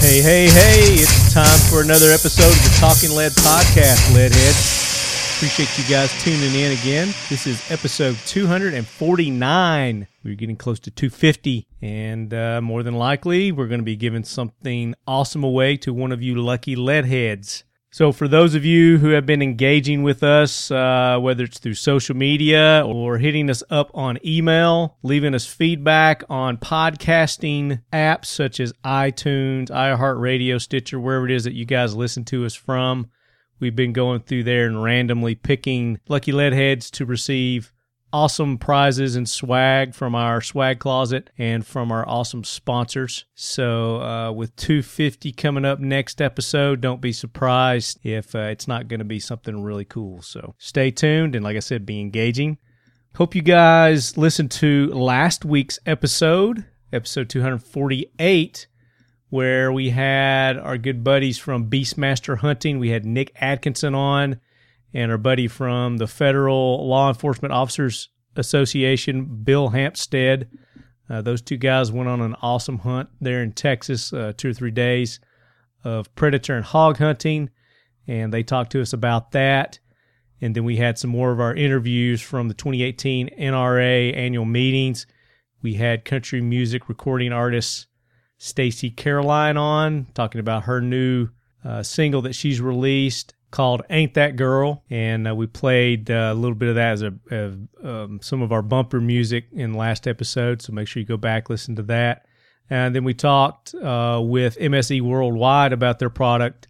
Hey, hey, hey, it's time for another episode of the Talking Lead Podcast, Leadheads. Appreciate you guys tuning in again. This is episode 249. We're getting close to 250, and uh, more than likely, we're going to be giving something awesome away to one of you lucky Leadheads. So, for those of you who have been engaging with us, uh, whether it's through social media or hitting us up on email, leaving us feedback on podcasting apps such as iTunes, iHeartRadio, Stitcher, wherever it is that you guys listen to us from, we've been going through there and randomly picking lucky leadheads to receive awesome prizes and swag from our swag closet and from our awesome sponsors. So, uh, with 250 coming up next episode, don't be surprised if uh, it's not going to be something really cool. So, stay tuned and, like I said, be engaging. Hope you guys listened to last week's episode, episode 248 where we had our good buddies from Beastmaster Hunting. We had Nick Atkinson on and our buddy from the Federal Law Enforcement Officers Association, Bill Hampstead. Uh, those two guys went on an awesome hunt there in Texas, uh, two or three days of predator and hog hunting. And they talked to us about that. And then we had some more of our interviews from the 2018 NRA annual meetings. We had country music recording artists Stacey Caroline on, talking about her new uh, single that she's released called "Ain't That Girl," and uh, we played uh, a little bit of that as a, of, um, some of our bumper music in last episode. So make sure you go back listen to that. And then we talked uh, with MSE Worldwide about their product,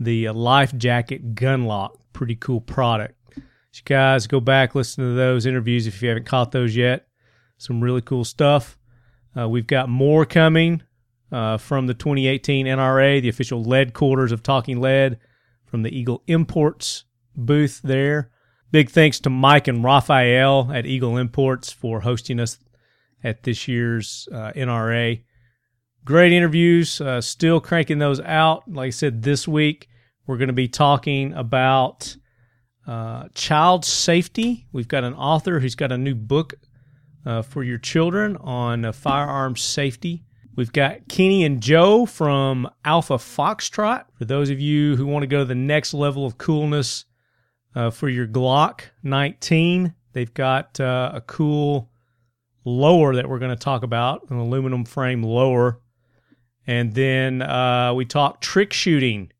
the uh, Life Jacket Gun Lock. Pretty cool product. So you guys go back listen to those interviews if you haven't caught those yet. Some really cool stuff. Uh, we've got more coming uh, from the 2018 NRA, the official lead quarters of Talking Lead, from the Eagle Imports booth there. Big thanks to Mike and Raphael at Eagle Imports for hosting us at this year's uh, NRA. Great interviews, uh, still cranking those out. Like I said, this week we're going to be talking about uh, child safety. We've got an author who's got a new book uh, for your children on uh, firearms safety. We've got Kenny and Joe from Alpha Foxtrot. For those of you who want to go to the next level of coolness uh, for your Glock 19, they've got uh, a cool lower that we're going to talk about, an aluminum frame lower. And then uh, we talked trick shooting.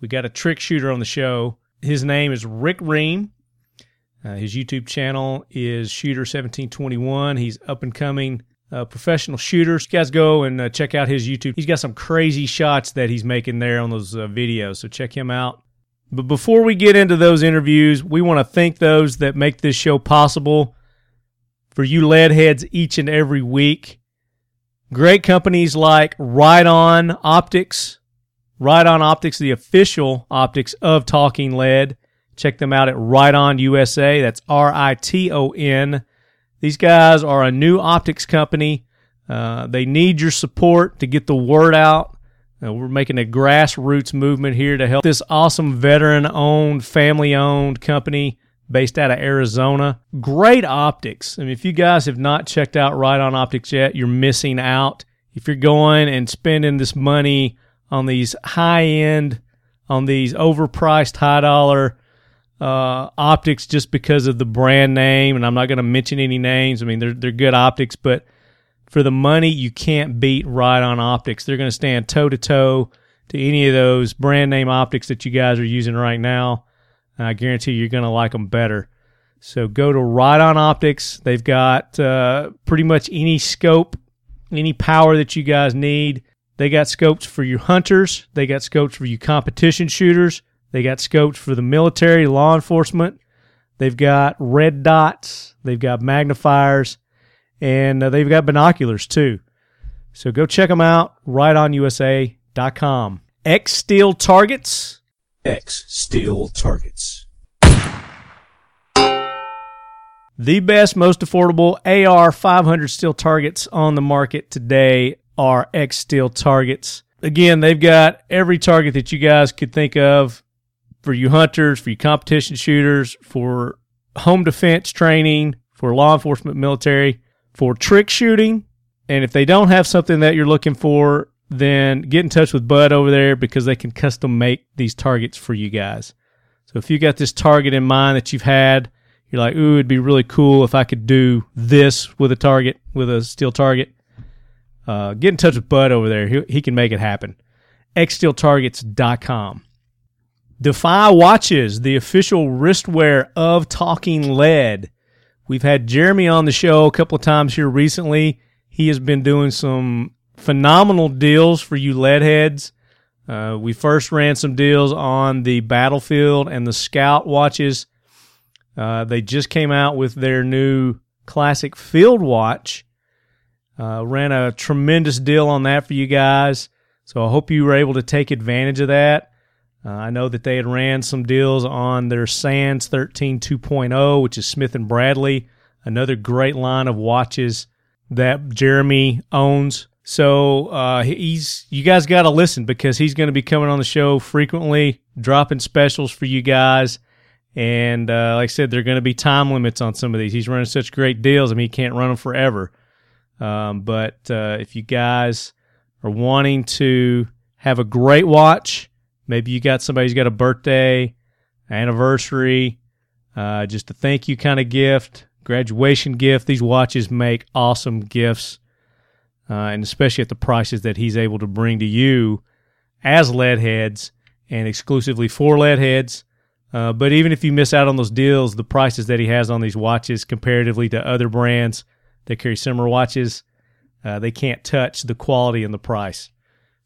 We got a trick shooter on the show. His name is Rick Ream. Uh, his YouTube channel is Shooter1721. He's up and coming uh, professional shooter. So you guys go and uh, check out his YouTube. He's got some crazy shots that he's making there on those uh, videos. So check him out. But before we get into those interviews, we want to thank those that make this show possible for you lead heads each and every week. Great companies like Right On Optics, Right On Optics, the official optics of Talking Lead. Check them out at Right On USA. That's R I T O N. These guys are a new optics company. Uh, they need your support to get the word out. Uh, we're making a grassroots movement here to help this awesome veteran owned, family owned company based out of Arizona. Great optics. I mean, if you guys have not checked out Right On Optics yet, you're missing out. If you're going and spending this money on these high end, on these overpriced, high dollar, uh, optics just because of the brand name, and I'm not going to mention any names. I mean, they're they're good optics, but for the money, you can't beat Right On Optics. They're going to stand toe to toe to any of those brand name optics that you guys are using right now. And I guarantee you're going to like them better. So go to Right On Optics. They've got uh, pretty much any scope, any power that you guys need. They got scopes for you hunters. They got scopes for you competition shooters. They got scopes for the military, law enforcement. They've got red dots. They've got magnifiers. And uh, they've got binoculars too. So go check them out right on USA.com. X Steel Targets. X steel targets. The best, most affordable AR 500 steel targets on the market today are X Steel targets. Again, they've got every target that you guys could think of for you hunters, for you competition shooters, for home defense training, for law enforcement, military, for trick shooting. And if they don't have something that you're looking for, then get in touch with Bud over there because they can custom make these targets for you guys. So if you got this target in mind that you've had, you're like, ooh, it'd be really cool if I could do this with a target, with a steel target. Uh, get in touch with Bud over there. He, he can make it happen. XSteelTargets.com. Defy Watches, the official wristwear of Talking Lead. We've had Jeremy on the show a couple of times here recently. He has been doing some phenomenal deals for you lead heads. Uh, we first ran some deals on the Battlefield and the Scout watches. Uh, they just came out with their new classic field watch. Uh, ran a tremendous deal on that for you guys. So I hope you were able to take advantage of that. Uh, I know that they had ran some deals on their Sands 13 2.0, oh, which is Smith and Bradley, another great line of watches that Jeremy owns. So uh, he's you guys got to listen because he's going to be coming on the show frequently, dropping specials for you guys. And uh, like I said, there are going to be time limits on some of these. He's running such great deals. I mean, he can't run them forever. Um, but uh, if you guys are wanting to have a great watch, maybe you got somebody who's got a birthday, anniversary, uh, just a thank you kind of gift, graduation gift. These watches make awesome gifts, uh, and especially at the prices that he's able to bring to you as lead heads and exclusively for lead heads. Uh, but even if you miss out on those deals, the prices that he has on these watches comparatively to other brands that carry similar watches, uh, they can't touch the quality and the price.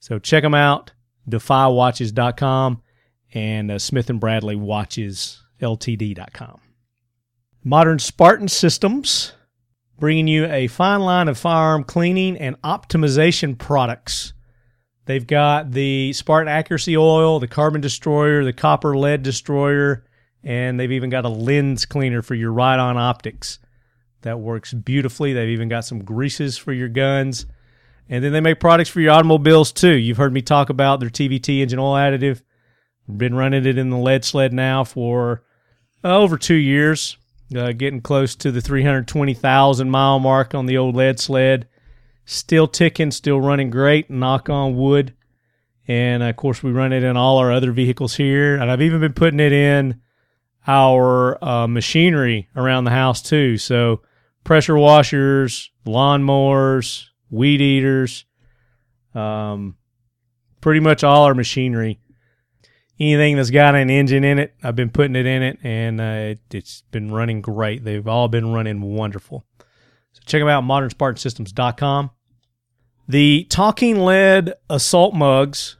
So check them out, defywatches.com and uh, Smith and Bradley watches ltd.com. Modern Spartan Systems bringing you a fine line of firearm cleaning and optimization products. They've got the Spartan Accuracy Oil, the Carbon Destroyer, the Copper Lead Destroyer, and they've even got a lens cleaner for your ride on optics. That works beautifully. They've even got some greases for your guns. And then they make products for your automobiles too. You've heard me talk about their TVT engine oil additive. Been running it in the lead sled now for uh, over two years, uh, getting close to the 320,000 mile mark on the old lead sled still ticking, still running great. Knock on wood. And of course, we run it in all our other vehicles here, and I've even been putting it in our uh, machinery around the house too. So pressure washers, lawnmowers, weed eaters, um, pretty much all our machinery. Anything that's got an engine in it, I've been putting it in it, and uh, it, it's been running great. They've all been running wonderful. So check them out, modernspartansystems.com. The Talking Lead Assault Mugs.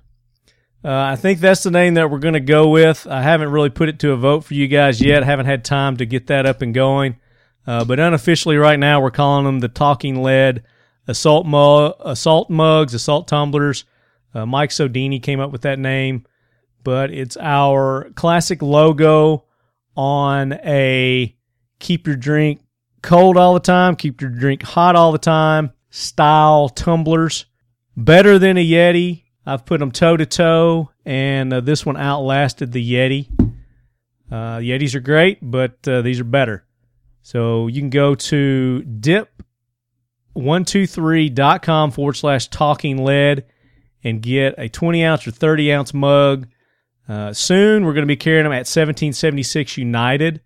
Uh, I think that's the name that we're going to go with. I haven't really put it to a vote for you guys yet. haven't had time to get that up and going. Uh, but unofficially, right now, we're calling them the Talking Lead Assault, Mu- Assault Mugs, Assault Tumblers. Uh, Mike Sodini came up with that name. But it's our classic logo on a keep your drink cold all the time, keep your drink hot all the time, style tumblers. Better than a Yeti. I've put them toe to toe, and uh, this one outlasted the Yeti. Uh, Yetis are great, but uh, these are better. So you can go to dip123.com forward slash talking lead and get a 20 ounce or 30 ounce mug. Uh, soon we're going to be carrying them at 1776 United.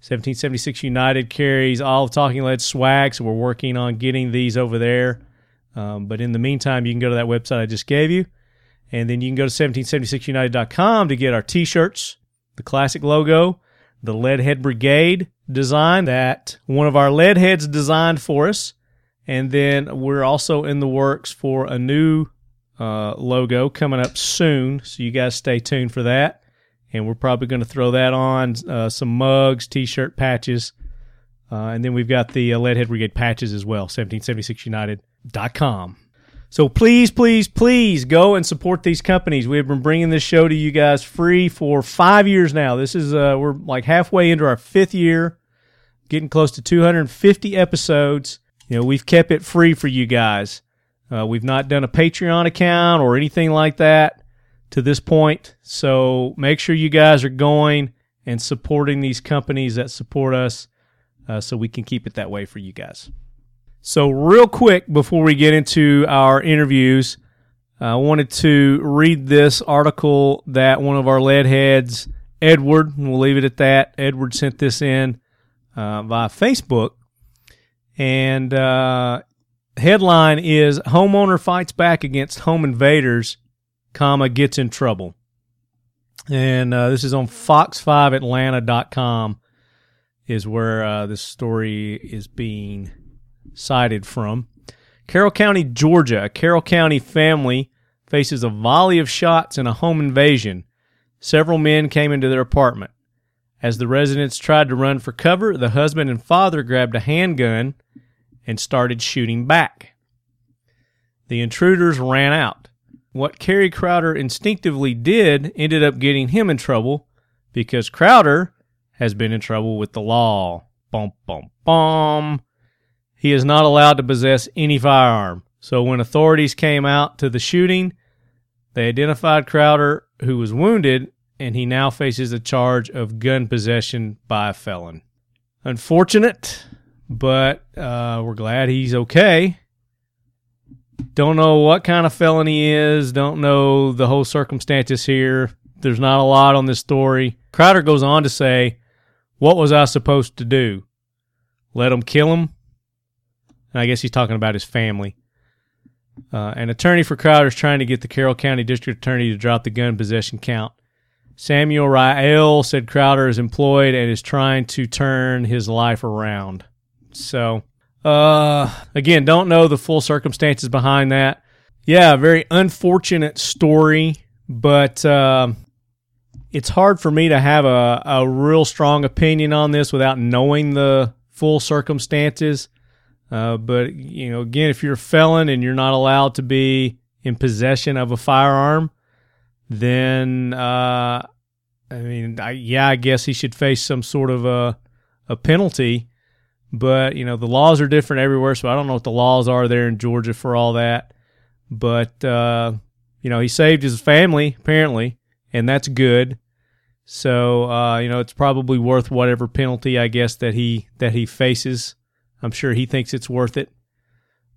1776 United carries all of Talking Lead swag, so we're working on getting these over there. Um, but in the meantime, you can go to that website I just gave you, and then you can go to 1776united.com to get our t shirts, the classic logo, the Leadhead Brigade design that one of our Leadheads designed for us. And then we're also in the works for a new uh, logo coming up soon, so you guys stay tuned for that and we're probably going to throw that on uh, some mugs, t-shirt patches, uh, and then we've got the uh, Leadhead Brigade patches as well. 1776united.com. So please, please, please go and support these companies. We have been bringing this show to you guys free for five years now. This is uh, we're like halfway into our fifth year, getting close to 250 episodes. You know, we've kept it free for you guys. Uh, we've not done a Patreon account or anything like that to this point. So make sure you guys are going and supporting these companies that support us uh, so we can keep it that way for you guys. So, real quick before we get into our interviews, I wanted to read this article that one of our lead heads, Edward, and we'll leave it at that. Edward sent this in uh, via Facebook. And uh, headline is Homeowner Fights Back Against Home Invaders, comma, Gets in Trouble. And uh, this is on fox5atlanta.com is where uh, this story is being cited from. Carroll County, Georgia. A Carroll County family faces a volley of shots in a home invasion. Several men came into their apartment. As the residents tried to run for cover, the husband and father grabbed a handgun and started shooting back. The intruders ran out. What Kerry Crowder instinctively did ended up getting him in trouble because Crowder has been in trouble with the law. Bum, bum, bum. He is not allowed to possess any firearm. So when authorities came out to the shooting, they identified Crowder, who was wounded, and he now faces a charge of gun possession by a felon. Unfortunate, but uh, we're glad he's okay. Don't know what kind of felon he is. Don't know the whole circumstances here. There's not a lot on this story. Crowder goes on to say, What was I supposed to do? Let him kill him? And I guess he's talking about his family. Uh, an attorney for Crowder is trying to get the Carroll County District Attorney to drop the gun possession count. Samuel Rael said Crowder is employed and is trying to turn his life around. So, uh, again, don't know the full circumstances behind that. Yeah, very unfortunate story, but um it's hard for me to have a, a real strong opinion on this without knowing the full circumstances. Uh, but you know, again, if you're a felon and you're not allowed to be in possession of a firearm, then uh, I mean, I, yeah, I guess he should face some sort of a a penalty. But you know, the laws are different everywhere, so I don't know what the laws are there in Georgia for all that. But uh, you know, he saved his family apparently, and that's good. So uh, you know, it's probably worth whatever penalty I guess that he that he faces. I'm sure he thinks it's worth it.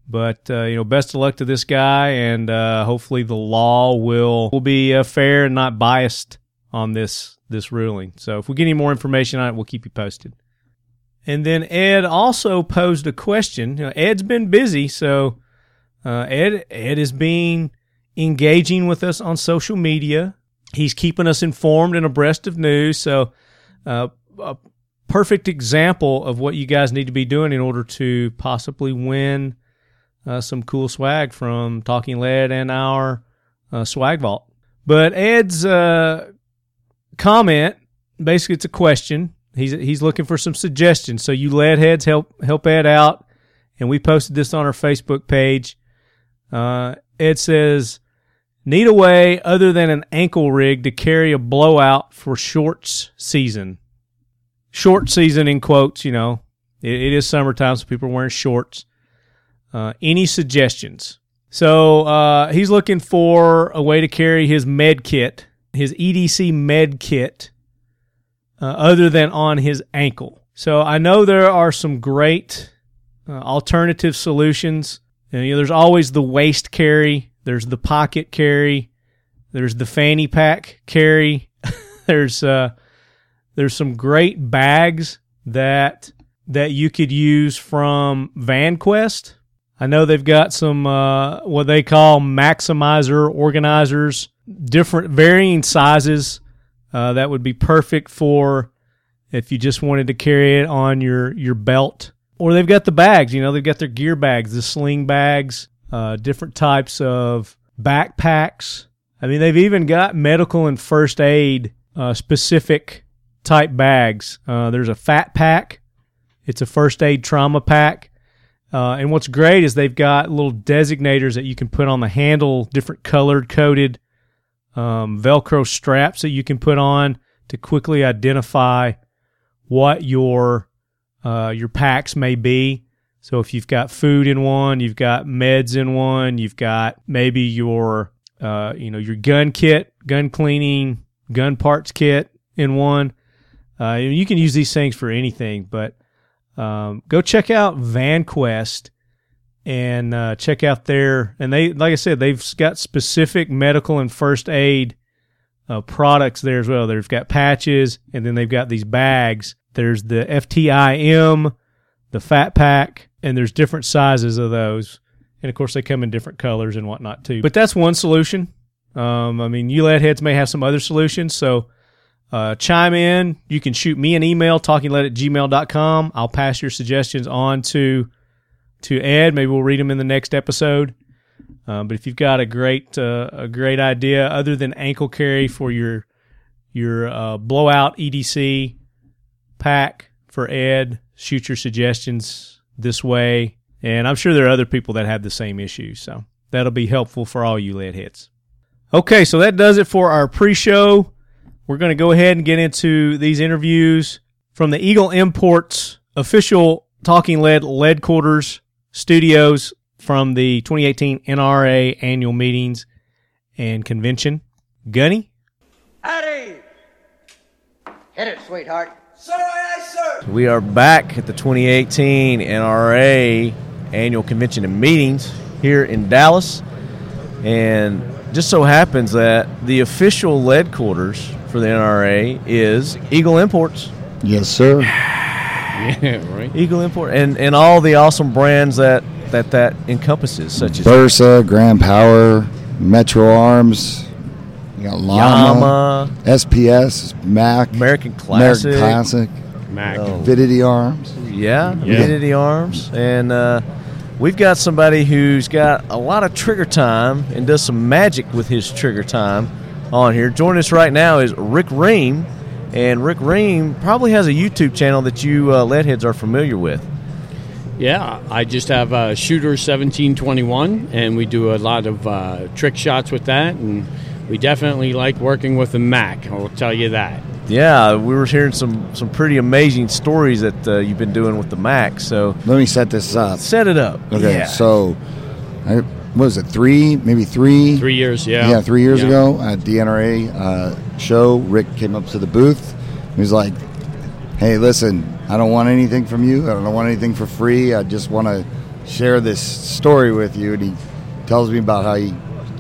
But uh, you know, best of luck to this guy, and uh, hopefully the law will will be uh, fair and not biased on this this ruling. So if we get any more information on it, we'll keep you posted. And then Ed also posed a question. You know, Ed's been busy, so uh, Ed Ed is being engaging with us on social media. He's keeping us informed and abreast of news. So uh, a perfect example of what you guys need to be doing in order to possibly win uh, some cool swag from Talking Lead and our uh, swag vault. But Ed's uh, comment basically it's a question. He's he's looking for some suggestions. So you lead heads help help Ed out, and we posted this on our Facebook page. Uh, Ed says, "Need a way other than an ankle rig to carry a blowout for shorts season. Short season in quotes, you know, it, it is summertime, so people are wearing shorts. Uh, any suggestions? So uh, he's looking for a way to carry his med kit, his EDC med kit, uh, other than on his ankle. So I know there are some great uh, alternative solutions. And, you know, there's always the waist carry, there's the pocket carry, there's the fanny pack carry. there's uh, there's some great bags that that you could use from VanQuest. I know they've got some uh, what they call maximizer organizers, different varying sizes uh, that would be perfect for if you just wanted to carry it on your your belt. Or they've got the bags, you know, they've got their gear bags, the sling bags, uh, different types of backpacks. I mean, they've even got medical and first aid uh, specific type bags. Uh, there's a fat pack, it's a first aid trauma pack. Uh, and what's great is they've got little designators that you can put on the handle, different colored coded um, Velcro straps that you can put on to quickly identify what your uh, your packs may be. So if you've got food in one, you've got meds in one, you've got maybe your uh, you know your gun kit, gun cleaning, gun parts kit in one. Uh, you can use these things for anything, but um, go check out VanQuest. and uh, check out their and they like I said they've got specific medical and first aid uh, products there as well. They've got patches and then they've got these bags. There's the FTIM, the Fat Pack, and there's different sizes of those. And of course, they come in different colors and whatnot too. But that's one solution. Um, I mean, you lead heads may have some other solutions. So uh, chime in. You can shoot me an email, talkinglead at gmail.com. I'll pass your suggestions on to to Ed. Maybe we'll read them in the next episode. Um, but if you've got a great uh, a great idea other than ankle carry for your your uh, blowout EDC pack for Ed, shoot your suggestions this way. And I'm sure there are other people that have the same issue, so that'll be helpful for all you lead hits. Okay, so that does it for our pre-show. We're going to go ahead and get into these interviews from the Eagle Imports official Talking Lead Lead Quarters Studios from the 2018 NRA annual meetings and convention. Gunny, Howdy! Hit it, sweetheart. We are back at the 2018 NRA annual convention and meetings here in Dallas. And just so happens that the official lead quarters for the NRA is Eagle Imports. Yes, sir. Eagle Import and, and all the awesome brands that that, that encompasses, such as Versa, Grand Power, Metro Arms, you got Llama, Yama, SPS, Mac, American American Classic. Classic, Oh, Vidity Arms. Yeah, Unity Arms. And uh, we've got somebody who's got a lot of trigger time and does some magic with his trigger time on here. Joining us right now is Rick Ream. And Rick Ream probably has a YouTube channel that you uh, leadheads are familiar with. Yeah, I just have a shooter 1721, and we do a lot of uh, trick shots with that, and we definitely like working with the Mac. I'll tell you that. Yeah, we were hearing some, some pretty amazing stories that uh, you've been doing with the Mac. So Let me set this up. set it up. Okay, Yeah. so I, what was it? Three, maybe three. Three years, yeah. Yeah, three years Yeah. ago at the NRA uh, show, Rick came up to the booth. He was like, "Hey, listen, I don't want anything from you. I don't want anything for free. I just want to share this story with you." And he tells me about how he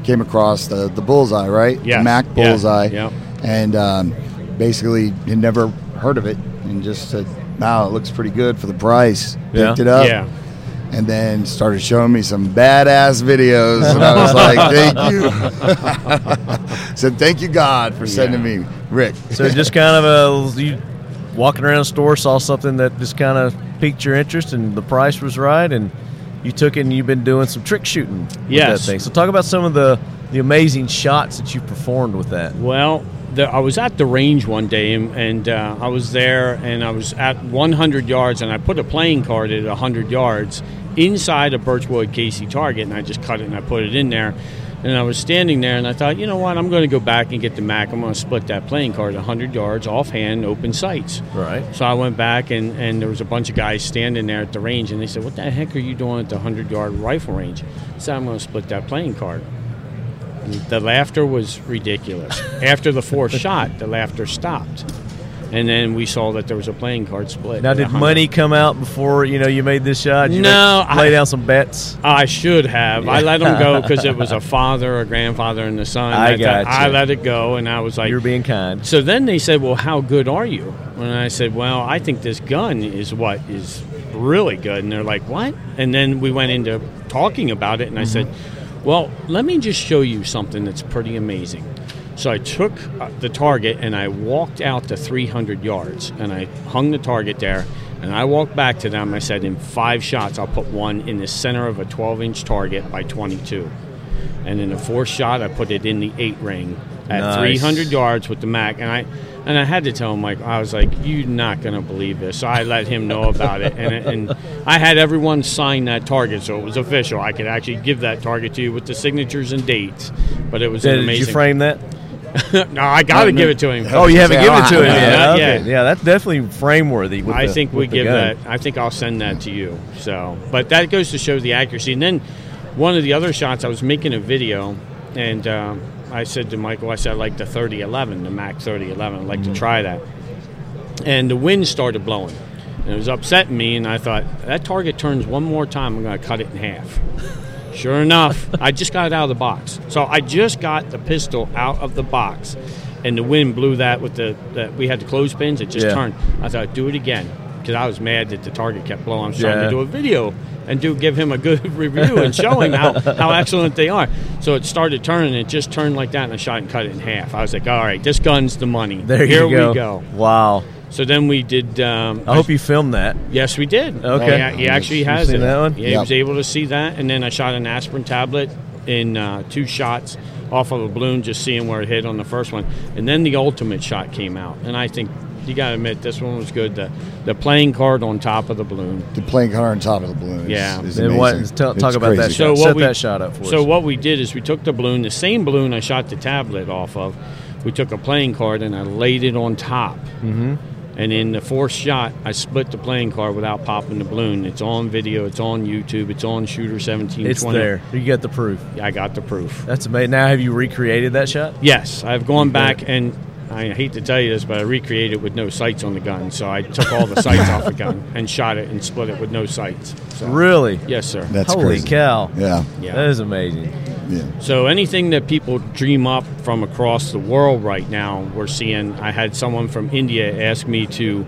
came across the, the bullseye, right? Yes. The Mac Yeah. bullseye. Yeah. And um, basically, had never heard of it, and just said, "Wow, it looks pretty good for the price." Yeah. Picked it up Yeah. and then started showing me some badass videos and i was like thank you said thank you god for sending me rick So just kind of a, you walking around the store, saw something that just kind of piqued your interest, and the price was right, and you took it, and you've been doing some trick shooting. With Yes. That thing. So talk about some of the the amazing shots that you performed with that. Well, the, I was at the range one day, and, and uh, I was there, and I was at 100 yards, and I put a playing card at 100 yards inside a Birchwood Casey target, and I just cut it and I put it in there. And I was standing there, and I thought, you know what? I'm going to go back and get the Mac. I'm going to split that playing card 100 yards offhand, open sights. Right. So I went back, and, and there was a bunch of guys standing there at the range, and they said, "What the heck are you doing at the 100 yard rifle range?" I said, "I'm going to split that playing card." And the laughter was ridiculous. After the fourth shot, the laughter stopped, and then we saw that there was a playing card split. Now, at did 100. money come out before you know you made this shot? Did you No, make- lay I- down some bets. I should have. I let them go because it was a father, a grandfather, and a son. I thought- gotcha. I let it go, and I was like, You're being kind. So then they said, "Well, how good are you?" And I said, "Well, I think this gun is what is really good." And they're like, "What?" And then we went into talking about it, and I said, "Well, let me just show you something that's pretty amazing." So I took uh, the target and I walked out to 300 yards, and I hung the target there. And I walked back to them. I said, "In five shots, I'll put one in the center of a 12-inch target by 22." And in the fourth shot, I put it in the eight ring at Nice. 300 yards with the Mac, and I and I had to tell him like I was like, you're not gonna believe this. So I let him know about it, and and I had everyone sign that target, so it was official. I could actually give that target to you with the signatures and dates. But it was an Did amazing. you frame that? no, I got to give it to him. Oh, you haven't say, given it oh, to I him haven't yet. done that Okay. yet. Yeah, that's definitely frame worthy. I think we give that. that. I think I'll send that to you. So, but that goes to show the accuracy. And then one of the other shots, I was making a video, and um, I said to Michael, I said I like the Mm-hmm. 3011, the Mac 3011. I'd like to try that. And the wind started blowing, and And it was upsetting me, and I thought, that target turns one more time, I'm going to cut it in half. Sure enough, I just got it out of the box. So I just got the pistol out of the box, and the wind blew that with the that we had the clothespins. It just Yeah. turned. I thought, do it again, because I was mad that the target kept blowing. I was trying Yeah. to do a video and do give him a good review and show him how, how excellent they are. So it started turning. It just turned like that, and I shot and cut it in half. I was like, all right, this gun's the money. There Here you go. we go. Wow. So then we did. Um, I hope you filmed that. Yes, we did. Okay. Yeah, he actually You've has seen it. that one? Yeah, he Yep. was able to see that, and then I shot an aspirin tablet in uh, two shots off of a balloon, just seeing where it hit on the first one, and then the ultimate shot came out, and I think you got to admit this one was good. The the playing card on top of the balloon. The plane car on top of the balloon. Is, Yeah. is Then amazing. what- tell- talk It's about that crazy. shot. Set that shot up for so us. what we did is we took the balloon, the same balloon I shot the tablet off of. We took a playing card and I laid it on top. Mm-hmm. And in the fourth shot, I split the playing card without popping the balloon. It's on video. It's on YouTube. It's on Shooter seventeen twenty. It's there. You got the proof. I got the proof. That's amazing. Now, have you recreated that shot? Yes, I've gone back and I hate to tell you this, but I recreated with no sights on the gun. So I took all the sights off the gun and shot it and split it with no sights. So, Really? yes, sir. That's Holy crazy. cow. Yeah. Yeah. That is amazing. Yeah. So anything that people dream up from across the world right now, we're seeing. I had someone from India ask me to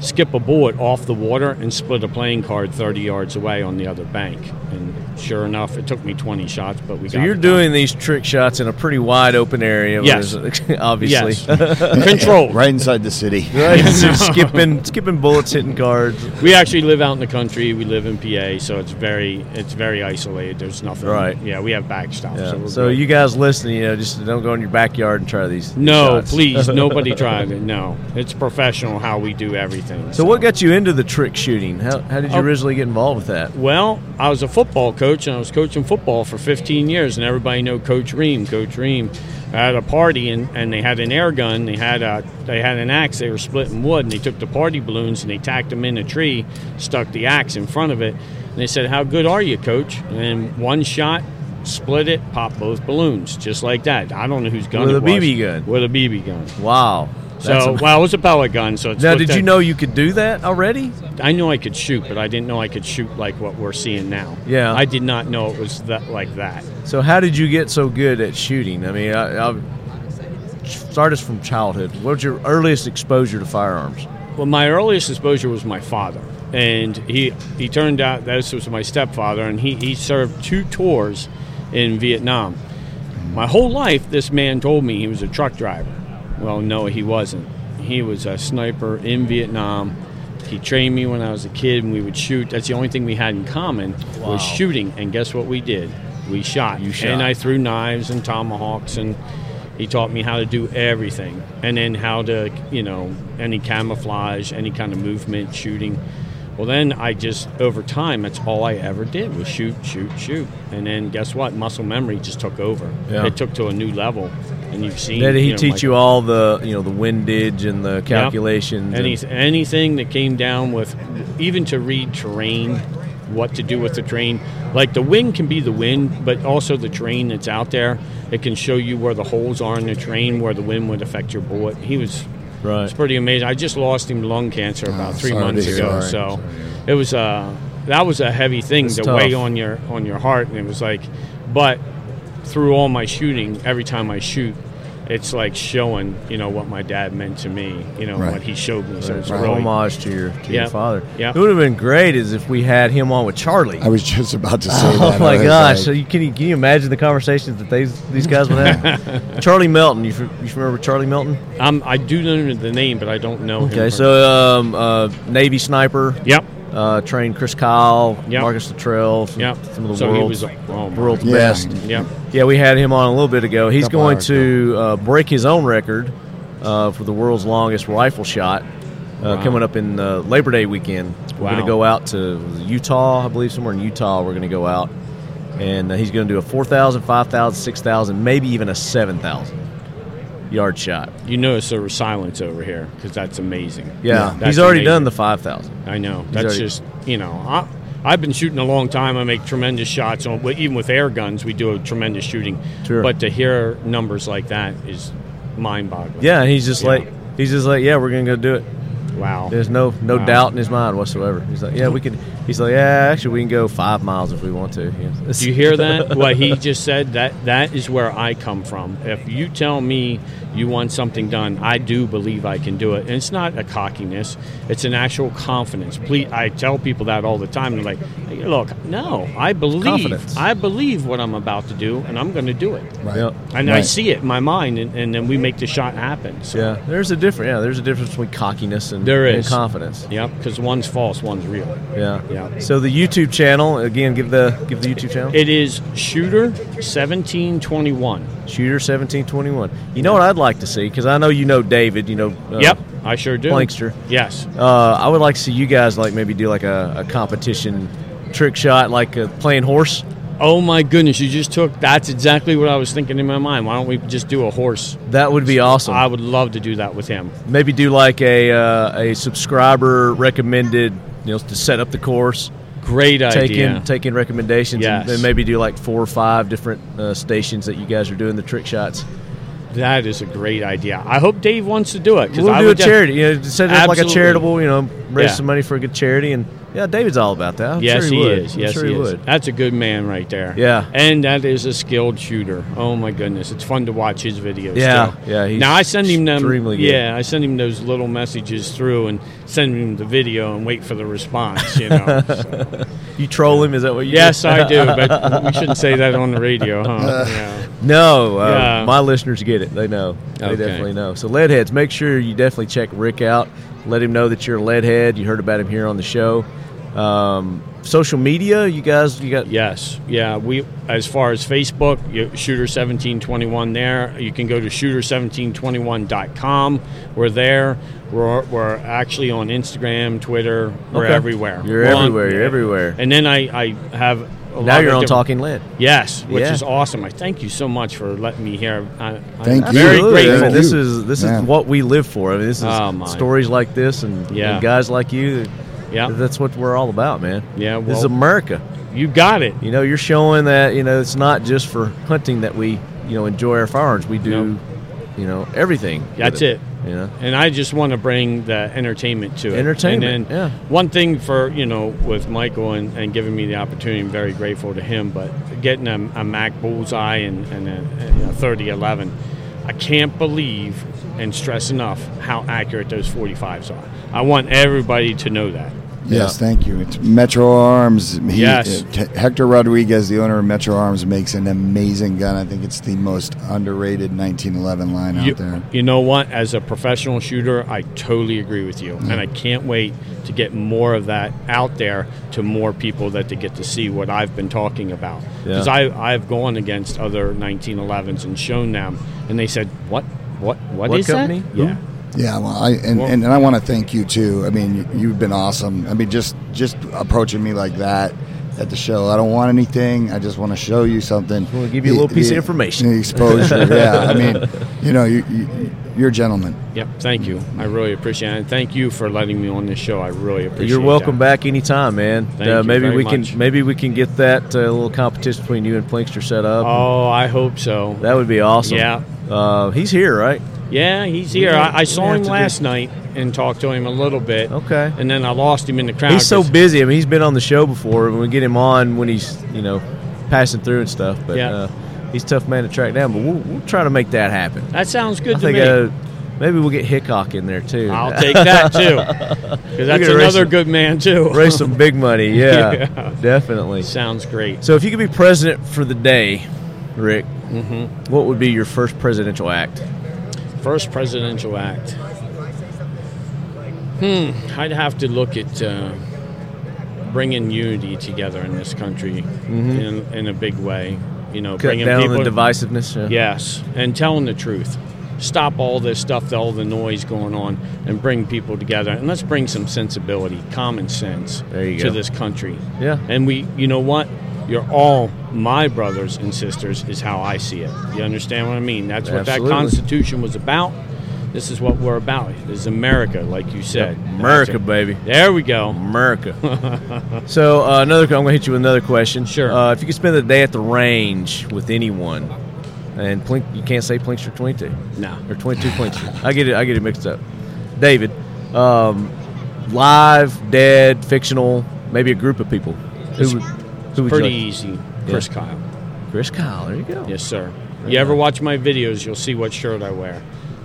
skip a bullet off the water and split a playing card 30 yards away on the other bank. And sure enough, it took me 20 shots, but we So got you're it done. doing these trick shots in a pretty wide open area. Yes. there's- obviously. yes. control. Right inside the city. Right? So skipping, skipping bullets, hitting guards. We actually live out in the country. We live in PA, so it's very it's very isolated. There's nothing. Right. Yeah, we have back stops. Yeah. So, we're So good. you guys listening, you know, just don't go in your backyard and try these. these No, shots. please, nobody tried it. No, it's professional how we do everything. So what got you into the trick shooting? How, how did you Oh. originally get involved with that? Well, I was a football coach, and I was coaching football for 15 years, and everybody know Coach Ream. Coach Ream at a party, and, and they had an air gun. They had a they had an axe. They were splitting wood, and they took the party balloons and they tacked them in a tree, stuck the axe in front of it, and they said, "How good are you, Coach?" And one shot, split it, popped both balloons, just like that. I don't know whose gun With it a BB was. gun. With a BB gun. Wow. That's So, am- well, it was a pellet gun. So it's now, what did that- you know you could do that already? I knew I could shoot, but I didn't know I could shoot like what we're seeing now. Yeah. I did not know it was that like that. So how did you get so good at shooting? I mean, I, I, start us from childhood. What was your earliest exposure to firearms? Well, my earliest exposure was my father, and he he turned out this was my stepfather, and he he served two tours in Vietnam. My whole life, this man told me he was a truck driver. Well, no, he wasn't. He was a sniper in Vietnam. He trained me when I was a kid, and we would shoot. That's the only thing we had in common was shooting. And guess what we did? We shot. You shot. And I threw knives and tomahawks, and he taught me how to do everything, and then how to, you know, any camouflage, any kind of movement, shooting. Well, then I just over time, that's all I ever did was shoot, shoot, shoot, and then guess what? Muscle memory just took over. Yeah. It took to a new level, and you've seen. Did he know, teach like- you all the you know the windage and the calculations? Any, and- anything that came down with, even to read terrain, what to do with the terrain. Like the wind can be the wind, but also the terrain that's out there. It can show you where the holes are in the terrain, where the wind would affect your bullet. He was, Right. It's pretty amazing. I just lost him to lung cancer about three sorry to months hear ago, that. so it was uh, that was a heavy thing It's to tough. weigh on your on your heart, and it was like, but through all my shooting, every time I shoot, it's like showing, you know, what my dad meant to me, you know, Right. what he showed me. So it's It's a really, homage to your to your Yeah. father. Yeah. It would have been great is if we had him on with Charlie. I was just about to say Oh that. I my was gosh! So like, you, can you can you imagine the conversations that these these guys would have? Charlie Melton, you, f- you remember Charlie Melton? um, I do know the name, but I don't know him. Okay, so um, uh, Navy sniper. yep, Uh, trained Chris Kyle, Yep. Marcus Luttrell, some, yep. some of the so world's, he was oh, my- world's Yeah. best. Yep. Yeah, we had him on a little bit ago. He's Couple going hours to uh, break his own record uh, for the world's longest rifle shot uh, Wow. coming up in uh, Labor Day weekend. We're going to Wow. go out to Utah, I believe, somewhere in Utah. We're going to go out, and uh, he's going to do a 4,000, 5,000, 6,000, maybe even a 7,000 yard shot. You notice there was silence over here because that's amazing. Yeah, That's he's already amazing. done the 5,000. I know. That's already- just you know. I, I've been shooting a long time. I make tremendous shots. On, well, even with air guns, we do a tremendous shooting. Sure. But to hear numbers like that is mind-boggling. Yeah, and he's just Yeah. like, he's just like, yeah, we're going to go do it. Wow. There's no no Wow. doubt in his mind whatsoever. He's like, yeah, we can. He's like, yeah, actually, we can go five miles if we want to. Yeah. Do you hear that? what he just said that that is where I come from. If you tell me you want something done, I do believe I can do it. And it's not a cockiness; it's an actual confidence. Please, I tell people that all the time. They're like, "Hey, "Look, no, I believe, Confidence. I believe what I'm about to do, and I'm going to do it." Right. Yep. And I Right. see it in my mind, and, and then we make the shot happen. So, Yeah, there's a different. Yeah, there's a difference between cockiness and, There and is. confidence. because one's false, one's real. Yeah. Yeah. So the YouTube channel again. Give the give the YouTube channel. It is shooter seventeen twenty one. Shooter seventeen twenty one. You know what I'd like to see because I know you know David. You know. Uh, yep, I sure do. Plankster. Yes. Uh, I would like to see you guys like maybe do like a, a competition trick shot like uh, playing horse. Oh my goodness, you just took that's exactly what I was thinking in my mind. Why don't we just do a horse? That would be awesome. I would love to do that with him. maybe do like a uh, a subscriber recommended. You know, to set up the course, Great take idea. in take in recommendations, Yes. and then maybe do like four or five different uh, stations that you guys are doing the trick shots. that is a great idea. I hope Dave wants to do it. 'cause We'll I do a would def- charity. You know, set it up like a Absolutely. charitable. You know, raise Yeah. some money for a good charity. And yeah, David's all about that. I'm Yes, sure he, he, would. is. I'm Yes, sure he, he, is. would. That's a good man right there. Yeah. and that is a skilled shooter. Oh my goodness, it's fun to watch his videos. Yeah, still. yeah, he's now I send him them. extremely good. Yeah, I send him those little messages through and send him the video and wait for the response. You know. so. You troll him? Is that what you? Yes, I do, but we shouldn't say that on the radio, huh? Yeah. do? No, uh, Yeah. my listeners get it. They know. They Okay. definitely know. So leadheads, make sure you definitely check Rick out. Let him know that you're a leadhead. You heard about him here on the show. Um, social media, you guys, you got Yes, yeah. We as far as Facebook, you, Shooter seventeen twenty one. There, you can go to shooter seventeen twenty one dot com. We're there. We're, we're actually on Instagram, Twitter. We're Okay. everywhere. You're We're on- everywhere. You're everywhere. And then I, I have. A now lot you're of on different- Talking Lead. Yes, which Yeah. is awesome. I thank you so much for letting me here. I, Thank I'm you. Very Absolutely. I mean, grateful. Thank this you. is this Yeah. is what we live for. I mean, this is Oh, my. stories like this and, Yeah. and guys like you. Yeah. that's what we're all about, man. Yeah, this is well- America. You got it. You know, you're showing that you know it's not just for hunting that we you know enjoy our firearms. We do, Nope. you know, everything. with That's it. You know, And I just want to bring the entertainment to it. Entertainment, And then yeah. one thing for, you know, with Michael and, and giving me the opportunity, I'm very grateful to him, but getting a, a Mac Bullseye and, and a, and a 3011, I can't believe and stress enough how accurate those 45s are. I want everybody to know that. Yes, thank you. It's Metro Arms. He, Yes. uh, Hector Rodriguez, the owner of Metro Arms, makes an amazing gun. I think it's the most underrated 1911 line out You, there. you know what? As a professional shooter, I totally agree with you. And I can't wait to get more of that out there to more people that they get to see what I've been talking about. Because Yeah. I've gone against other 1911s and shown them, and they said, What? What? What is company? that? Who? Yeah. Yeah, well, I and, and, and I want to thank you too. I mean, you- you've been awesome. I mean, just just approaching me like that at the show. I don't want anything. I just want to show you something. wanna give you a The- little piece of the- information. the exposure. yeah, I mean, you know, you, you you're a gentleman. Yep. Thank you. I really appreciate it. And thank you for letting me on this show. I really appreciate it. you're welcome back anytime, man. Thank uh, you maybe very we much. can maybe we can get that uh, little competition between you and Plinkster set up. Oh, I hope so. That would be awesome. Yeah. Uh, he's here, right? Yeah, he's here. Yeah, I, I saw we him have to do- last night and talked to him a little bit. Okay. And then I lost him in the crowd. He's so 'cause- busy. I mean, he's been on the show before. When we get him on, when he's you know passing through and stuff, but Yeah. uh, he's a tough man to track down. But we'll, we'll try to make that happen. That sounds good to I think me. uh, maybe we'll get Hickok in there too. I'll take that too, because that's could raise another some- good man too. raise some big money. Yeah, definitely. sounds great. So, if you could be president for the day, Rick, Mm-hmm. what would be your first presidential act? First presidential act. Hmm, I'd have to look at uh, bringing unity together in this country in, in a big way. You know, Cut bringing Mm-hmm. people. down on the divisiveness. Yeah. Yes, and telling the truth. Stop all this stuff, all the noise going on, and bring people together. And let's bring some sensibility, common sense There you to go. this country. Yeah. And we, you know what? You're all my brothers and sisters, is how I see it. You understand what I mean? That's what Absolutely. that Constitution was about. This is what we're about. This is America, like you said. America, That's it. baby. There we go. America. so uh, another, I'm going to hit you with another question. Sure. Uh, if you could spend the day at the range with anyone, and plink, you can't say Plinkster 22 No. or 22 Plinkster. I get it. I get it mixed up. David, um, live, dead, fictional, maybe a group of people? Who would, who would you Pretty like? easy. Chris Kyle. Chris Kyle. There you go. Yes, sir. You ever watch my videos, you'll see what shirt I wear.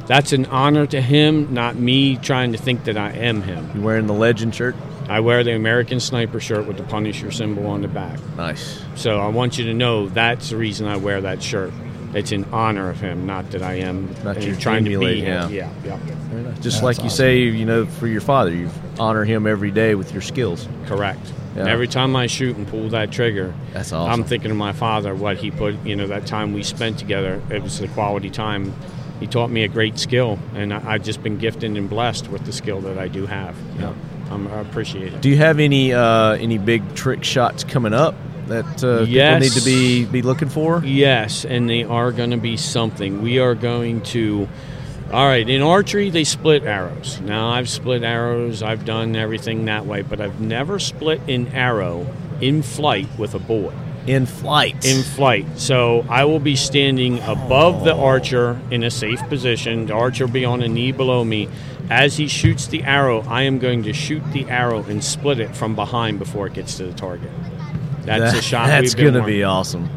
That's an honor to him, not me trying to think that I am him. You wearing the legend shirt? I wear the American Sniper shirt with the Punisher symbol on the back. Nice. So I want you to know that's the reason I wear that shirt. It's in honor of him, not that I am Not uh, you trying to be emulate him. him. Yeah, yeah. Very nice. Just like you say, you know, for your father, you honor him every day with your skills. Correct. Yeah. And every time I shoot and pull that trigger, That's awesome. I'm thinking of my father, what he put, you know, that time we spent together. It was the quality time. He taught me a great skill, and I, I've just been gifted and blessed with the skill that I do have. Yeah. I'm, I appreciate it. Do you have any uh, any big trick shots coming up that uh, Yes. people need to be be looking for? Yes, and they are going to be something. We are going to. All right, in archery, they split arrows. Now, I've split arrows, I've done everything that way, but I've never split an arrow in flight with a bullet. In flight. In flight. So I will be standing above the archer in a safe position. The archer will be on a knee below me. As he shoots the arrow, I am going to shoot the arrow and split it from behind before it gets to the target. That's That- a shot. That's going gonna be awesome.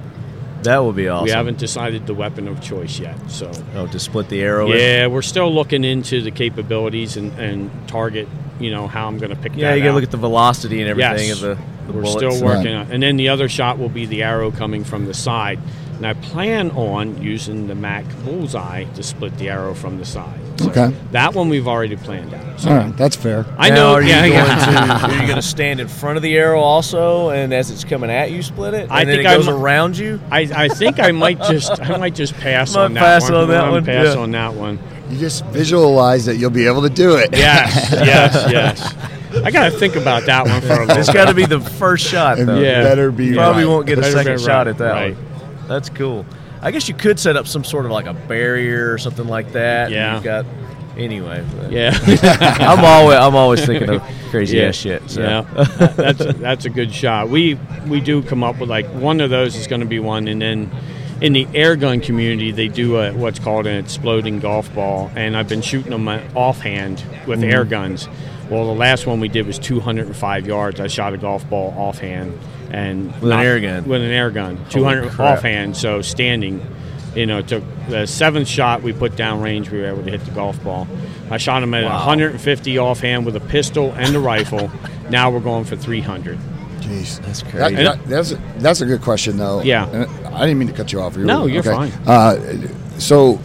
That will be awesome. we haven't decided the weapon of choice yet. So, Oh, to split the arrow. in? yeah, we're still looking into the capabilities and, and target, you know, how I'm going to pick Yeah, that you got to out. look at the velocity and everything Yes. of the, the We're bullets. still Right. working on And then the other shot will be the arrow coming from the side. And I plan on using the MAC bullseye to split the arrow from the side. So Okay. That one we've already planned out. So All right, that's fair. I Now, know. Are you yeah, going yeah. to are you going to stand in front of the arrow also, and as it's coming at you, split it? And I then think it goes I'm- around you. I, I think I might just I might just pass Might on that pass one. on that I'm one, Pass yeah. on that one. You just visualize that you'll be able to do it. Yes, yes, yes. I got to think about that one for a little. It's bit. got to be the first shot. And Though. Yeah. better be You probably right. won't get a Better second be shot right, at that right. one. That's cool. I guess you could set up some sort of like a barrier or something like that. and Yeah. You've got anyway. but- Yeah. I'm always I'm always thinking of crazy yeah. ass shit. So. Yeah, that's a, that's a good shot. We we do come up with like one of those is going to be one, and then in the air gun community they do a, what's called an exploding golf ball, and I've been shooting them uh, offhand with air Mm-hmm. guns. Well, the last one we did was 205 yards. I shot a golf ball offhand and With an air gun. With an air gun, 200 crap. offhand, so standing. You know, took the seventh shot we put down range. We were able to hit the golf ball. I shot him at 150 offhand with a pistol and a rifle. Now we're going for 300. Jeez. That's That- crazy. that- that's a, that's a good question though. Yeah. And I didn't mean to cut you off. You were- No, you're okay. fine. Uh, so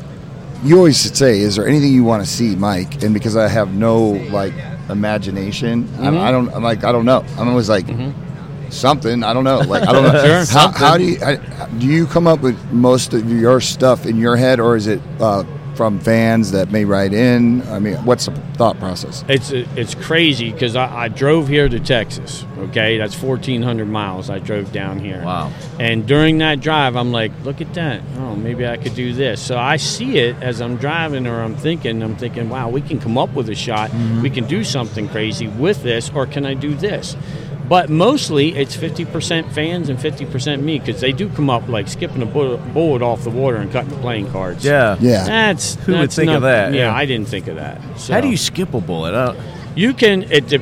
you always say, "Is there anything you want to see, Mike?" And because I have no like imagination, Mm-hmm. I, I don't. I'm like, I don't know. I'm always like. Something I don't know. Like I don't know. Sure. how, how do you I, do you come up with most of your stuff in your head, or is it uh, from fans that may write in? I mean, what's the thought process? It's it's crazy because I, I drove here to Texas. Okay, that's 1,400 miles I drove down here. Wow. And during that drive, I'm like, look at that. Oh, maybe I could do this. So I see it as I'm driving or I'm thinking, I'm thinking, wow, we can come up with a shot. Mm-hmm. We can do something crazy with this, or can I do this? But mostly it's 50% fans and 50% me because they do come up like skipping a bull- bullet off the water and cutting the playing cards. Yeah. Yeah. That's Who would that's think of not- that? Yeah, Yeah. I didn't think of that. So. How do you skip a bullet? Uh, I don't, You can. It, de-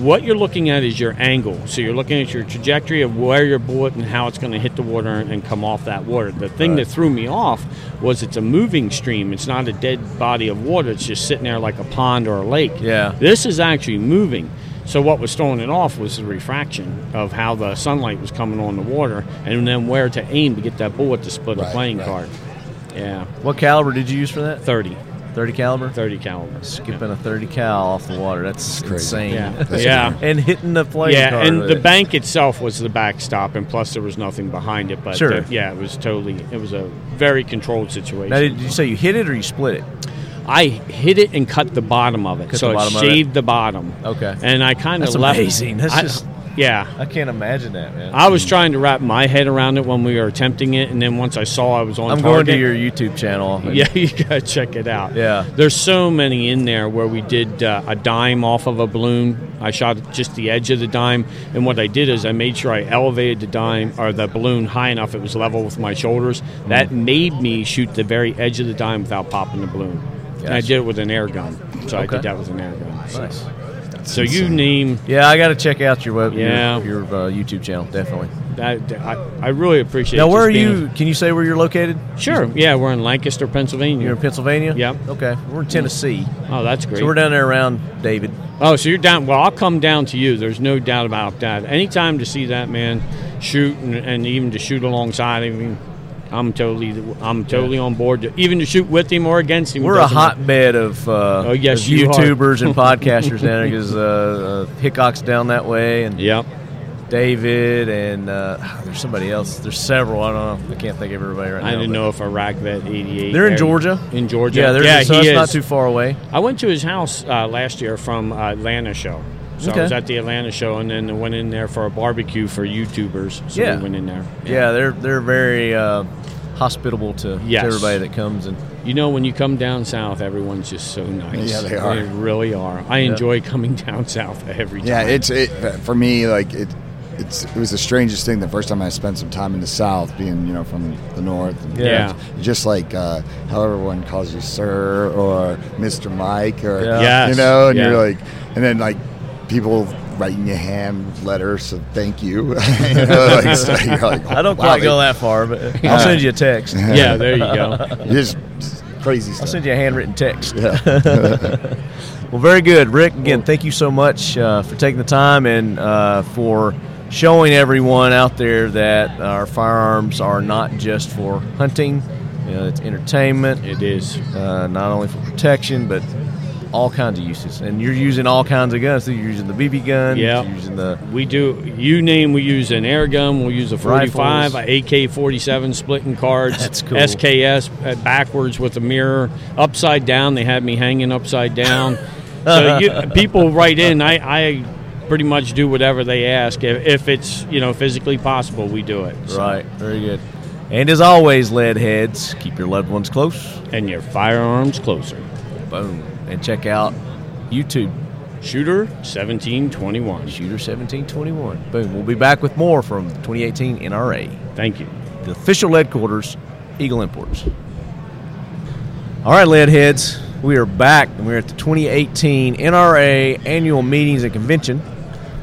what you're looking at is your angle. So you're looking at your trajectory of where your bullet and how it's going to hit the water and come off that water. The thing that threw me off was it's a moving stream. It's not a dead body of water. It's just sitting there like a pond or a lake. Yeah. This is actually moving. So what was throwing it off was the refraction of how the sunlight was coming on the water, and then where to aim to get that bullet to split a Right, playing right. card. Yeah, what caliber did you use for that? 30, 30 caliber. 30 caliber. Skipping a 30 cal off the water. That's insane. Yeah, yeah. And hitting the play. yeah, card and with the it. bank itself was the backstop, and plus there was nothing behind it. But Sure. uh, yeah, it was totally. It was a very controlled Now, situation. did you say you hit it or you split it? I hit it and cut the bottom of it, Cut so the it bottom of it. shaved the bottom. Okay. And I kind of That's left. amazing. That's I- just- yeah. I can't imagine that, man. I was trying to wrap my head around it when we were attempting it, and then once I saw I was on I'm going target, to your YouTube channel. and- Yeah, you gotta check it out. Yeah. there's so many in there where we did uh, a dime off of a balloon. I shot just the edge of the dime, and what I did is I made sure I elevated the dime or the balloon high enough it was level with my shoulders. Hmm. That made me shoot the very edge of the dime without popping the balloon. And I Gotcha. did it with an air gun. So I Okay. did that with an air gun. So, Nice. so you name Yeah, I got to check out your web, your- Yeah. your, uh, YouTube channel definitely. that. that- I, I really appreciate. now, just where are being- you? Can you say where you're located? Sure. Yeah, we're in Lancaster, Pennsylvania. You're in Pennsylvania. Yep. Okay, we're in Tennessee, oh, that's great. so we're down there around David. Oh, so you're down. Well, I'll come down to you. There's no doubt about that. Anytime to see that man shoot and, and even to shoot alongside him, I mean, I'm totally, I'm totally on board. To, even to shoot with him or against him. We're a doesn't- hotbed of, uh, Oh, yes, of you are. YouTubers and podcasters down there because uh, uh, Hickok's down that way and Yep. David and uh, there's somebody else. There's several. I don't know. I can't think of everybody right now. I didn't but- know if Iraq Vet 88. They're in there- Georgia. In Georgia. Yeah, they're so he that's not is. too far away. I went to his house uh, last year from uh, Atlanta show. So Okay. I was at the Atlanta show and then I went in there for a barbecue for YouTubers. So Yeah. we went in there. Yeah, they're they're very uh, hospitable to, to Yes. everybody that comes and You know, when you come down south, everyone's just so nice. Yeah, they are. They really are. I enjoy coming down south every time. Yeah, it's it for me. Like it, it's it was the strangest thing. The first time I spent some time in the South, being you know from the North. And Yeah. Just like uh, how everyone calls you sir or Mister Mike or Yeah. Yes, you know, and yeah. you're like, and then like people writing you hand letters of thank you. you know, like, so you're like, I don't wow, quite they- go that far, but I'll send you a text. yeah, there you go. Just crazy I'll stuff. send you a handwritten text. Yeah. Well, very good, Rick. Again, thank you so much uh, for taking the time and uh, for showing everyone out there that our firearms are not just for hunting. You know, it's entertainment. It is. uh, not only for protection but all kinds of uses. And you're using all kinds of guns. So you're using the BB gun. Yeah. You're using the We do. You name. We use an air gun. We'll use a forty-five, a AK-47, splitting cards. That's cool. SKS uh, backwards with a mirror, upside down. They had me hanging upside down. so you, people write in. I, I pretty much do whatever they ask. If, if it's you know physically possible, we do it. So- right. Very good. And as always, lead heads, keep your loved ones close. And your firearms closer. Boom. And check out YouTube Shooter seventeen twenty-one. Shooter 1721. Boom. We'll be back with more from the 2018 NRA. Thank you. the official headquarters, Eagle Imports. All right, lead heads, we are back and we're at the 2018 NRA annual meetings and convention.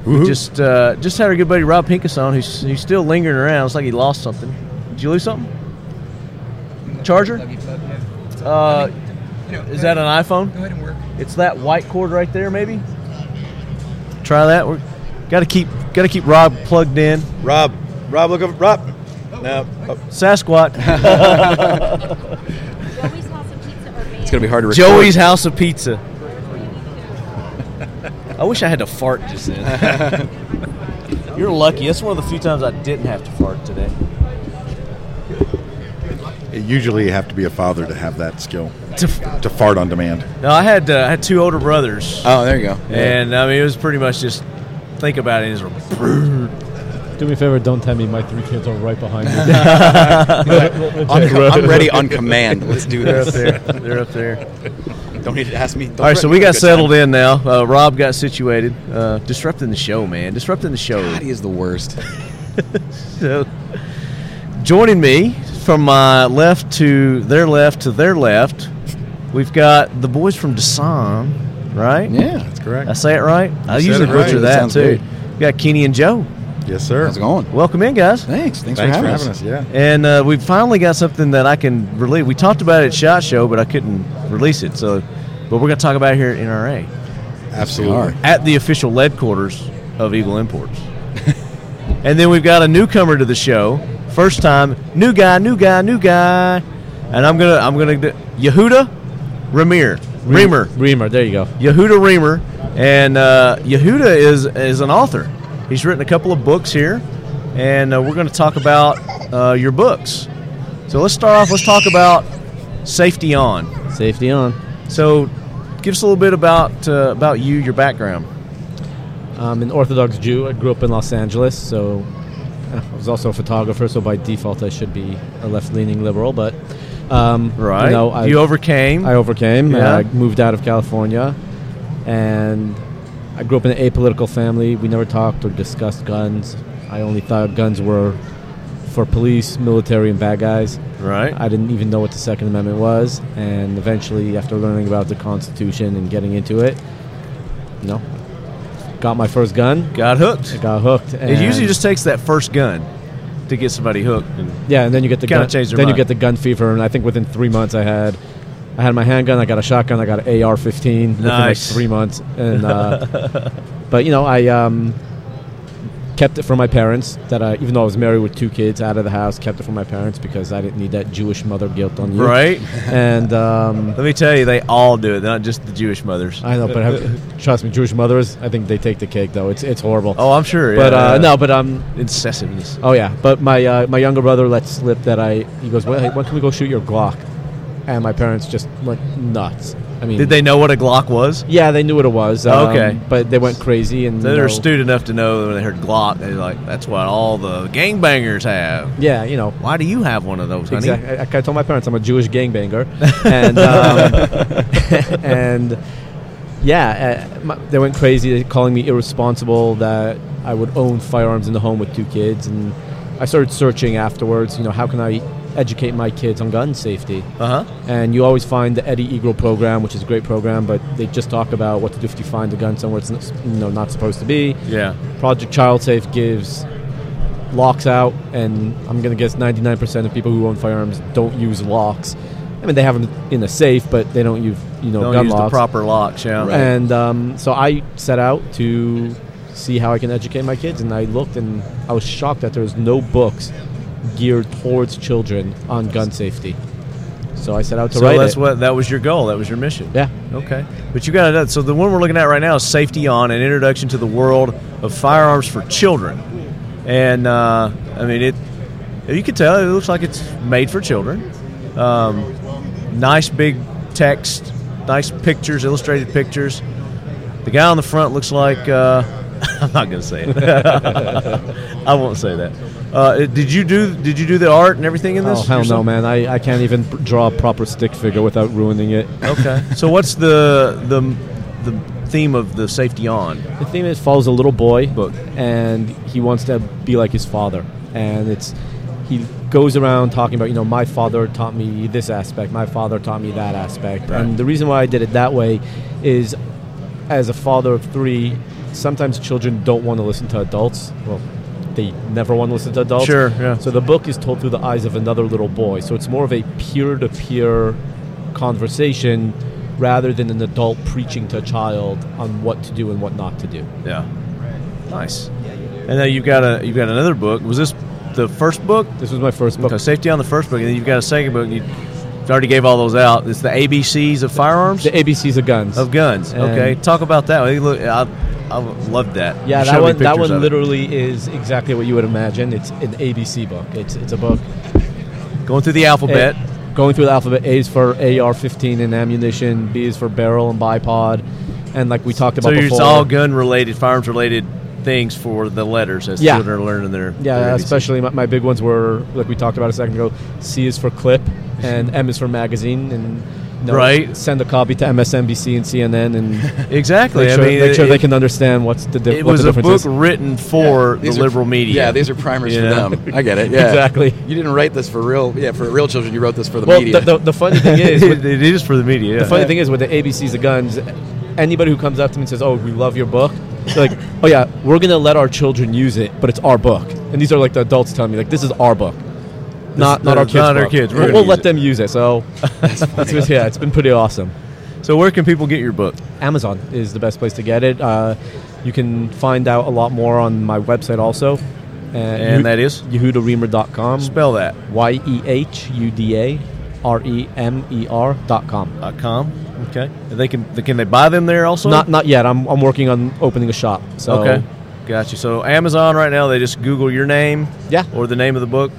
We just uh, just had our good buddy Rob Pincus on, who's, who's still lingering around. It's like he lost something. Did you lose something? Charger? Uh, is that an iPhone? Go ahead and work. It's that white cord right there, maybe. Try that. We're, gotta keep gotta keep Rob plugged in. Rob, Rob, look up, Rob. No, oh, Sasquatch. Joey's House of Pizza or Van. it's gonna be hard to record. Joey's House of Pizza. I wish I had to fart just then. You're lucky. That's one of the few times I didn't have to fart today. It usually you have to be a father to have that skill to fart on demand. No, I had uh, I had two older brothers, Oh, there you go. and I mean it was pretty much just think about it. And it's like, Do me a favor, don't tell me my three kids are right behind me. On- I'm ready on command. Let's do they're up this. there. They're up there. Don't need to ask me. All right, so we got settled in now. Uh, Rob got situated. Uh, disrupting the show, man. Disrupting the show. God, he is the worst. So, joining me from my left to their left to their left, we've got the boys from Dasan, right? Yeah, that's correct. I say it right. I You said usually it right. butcher That that sounds too. good. We got Kenny and Joe. Yes, sir. How's it going? Welcome in, guys. Thanks. Thanks, Thanks for, having us. Yeah. And uh, we finally got something that I can relate. We talked about it at Shot Show, but I couldn't release it. So, but we're going to talk about it here at NRA Absolutely. at the official headquarters of Eagle Imports. and then we've got a newcomer to the show, first time, new guy, new guy, new guy. And I'm gonna, I'm gonna, do- Yehuda Ramir, Reamer, Reamer, there you go. Yehuda Reamer, and uh, Yehuda is is an author. He's written a couple of books here, and uh, we're going to talk about uh, your books. So let's start off. Let's talk about safety on. Safety on. So, give us a little bit about uh, about you, your background. I'm an Orthodox Jew. I grew up in Los Angeles, so uh, I was also a photographer. So by default, I should be a left-leaning liberal. But um, Right. you know, I, you overcame. I overcame. Yeah. I moved out of California, and I grew up in an apolitical family. We never talked or discussed guns. I only thought guns were for police, military, and bad guys. Right. I didn't even know what the Second Amendment was, and eventually, after learning about the Constitution and getting into it, no, got my first gun, Got hooked. got hooked. And It usually just takes that first gun to get somebody hooked. And yeah, and then you get the kinda gun, change their then you mind. get the gun fever, and I think within three months I had. I had my handgun. I got a shotgun. I got an AR-15 within like Nice. three months, and uh, but you know I um, kept it from my parents. That I, even though I was married with two kids, out of the house, kept it from my parents because I didn't need that Jewish mother guilt on you, Right. And um, Let me tell you, they all do it. Not just the Jewish mothers. I know, but have, trust me, Jewish mothers, I think they take the cake though. It's it's horrible. Oh, I'm sure. but yeah. uh, no, but um, incessiveness. Oh yeah, but my uh, my younger brother let slip that I he goes, well, hey, when can we go shoot your Glock? And my parents just went nuts. I mean, Did they know what a Glock was? Yeah, they knew what it was. um, Okay. but they went crazy and They you were know- astute enough to know when they heard Glock, they're like, "That's what all the gangbangers have." Yeah, you know. Why do you have one of those, honey? Exactly. I, I told my parents I'm a Jewish gangbanger, and um, and yeah, uh, my, they went crazy, calling me irresponsible that I would own firearms in the home with two kids, and I started searching afterwards. You know, how can I educate my kids on gun safety? Uh huh. And you always find the Eddie Eagle program, which is a great program, but they just talk about what to do if you find a gun somewhere it's not, you know, not supposed to be. Yeah. Project Child Safe gives locks out, and I'm going to guess 99% of people who own firearms don't use locks. I mean, they have them in a safe, but they don't use, you know, Don't gun use locks. the proper locks. Yeah. And um, so I set out to see how I can educate my kids, and I looked, and I was shocked that there was no books geared towards children on gun safety. So I set out to So write that's it. what that was your goal. That was your mission. yeah. Okay. But you got to. So the one we're looking at right now is Safety On: An Introduction to the World of Firearms for Children. And uh, I mean, it. You can tell it looks like it's made for children. Um, nice big text, nice pictures, illustrated pictures. The guy on the front looks like. Uh, I'm not going to say it. I won't say that. Uh, did you do? Did you do the art and everything in this? Oh hell no, yourself? man! I, I can't even p- draw a proper stick figure without ruining it. Okay. so what's the the the theme of the safety on? The theme is follows a little boy, Book. and he wants to be like his father. And it's he goes around talking about, you know, my father taught me this aspect, my father taught me that aspect. And the reason why I did it that way is, as a father of three, sometimes children don't want to listen to adults. Well, they never want to listen to adults. Sure, yeah. So the book is told through the eyes of another little boy. So it's more of a peer-to-peer conversation rather than an adult preaching to a child on what to do and what not to do. Yeah. Nice. And now you've got a you've got another book. Was this the first book? This was my first book. Okay, safety on the first book, and then you've got a second book. And you you already gave all those out. It's the ABCs of firearms The ABCs of guns. of guns. And- okay, talk about that. Hey, Look, I I loved that. yeah, that You showed me one. That pictures one of it. literally is exactly what you would imagine. It's an ABC book. It's it's a book. going through the alphabet. A- going through the alphabet. A is for AR-15 and ammunition. B is for barrel and bipod. And like we talked So about it's before, all gun related, firearms related things for the letters as Yeah. children are learning their their Yeah, ABCs. especially my, my big ones were like we talked about a second ago. C is for clip, and M is for magazine, and you know, Right. Send a copy to MSNBC and CNN, and Exactly. make sure, I mean, make sure it- they can understand what's the di- it what was the a difference book is. written for the These are- liberal media. Yeah, these are primers Yeah. for them. I get it. Yeah, Exactly. You didn't write this for real. Yeah, for real children. You wrote this for the well, media. The, the, the funny thing is, with, it it is for the media. the yeah. funny thing is with the ABCs of guns, anybody who comes up to me and says, "Oh, we love your book," they're like, "Oh yeah, we're gonna let our children use it, but it's our book." And these are like the adults telling me, like, "This is our book." Not, not our is kids. not our book. kids. We're We'll, gonna we'll use let it. them use it. So, it's just- yeah, it's been pretty awesome. So where can people get your book? Amazon is the best place to get it. Uh, you can find out a lot more on my website also. And that is? yehudaremer.com. Spell that. Y E H U D A R E M E R dot com. Dot com. Okay. And they can they- can they buy them there also? Not not yet. I'm, I'm working on opening a shop. So okay. Gotcha. So Amazon right now they just Google your name. Yeah. Or the name of the book.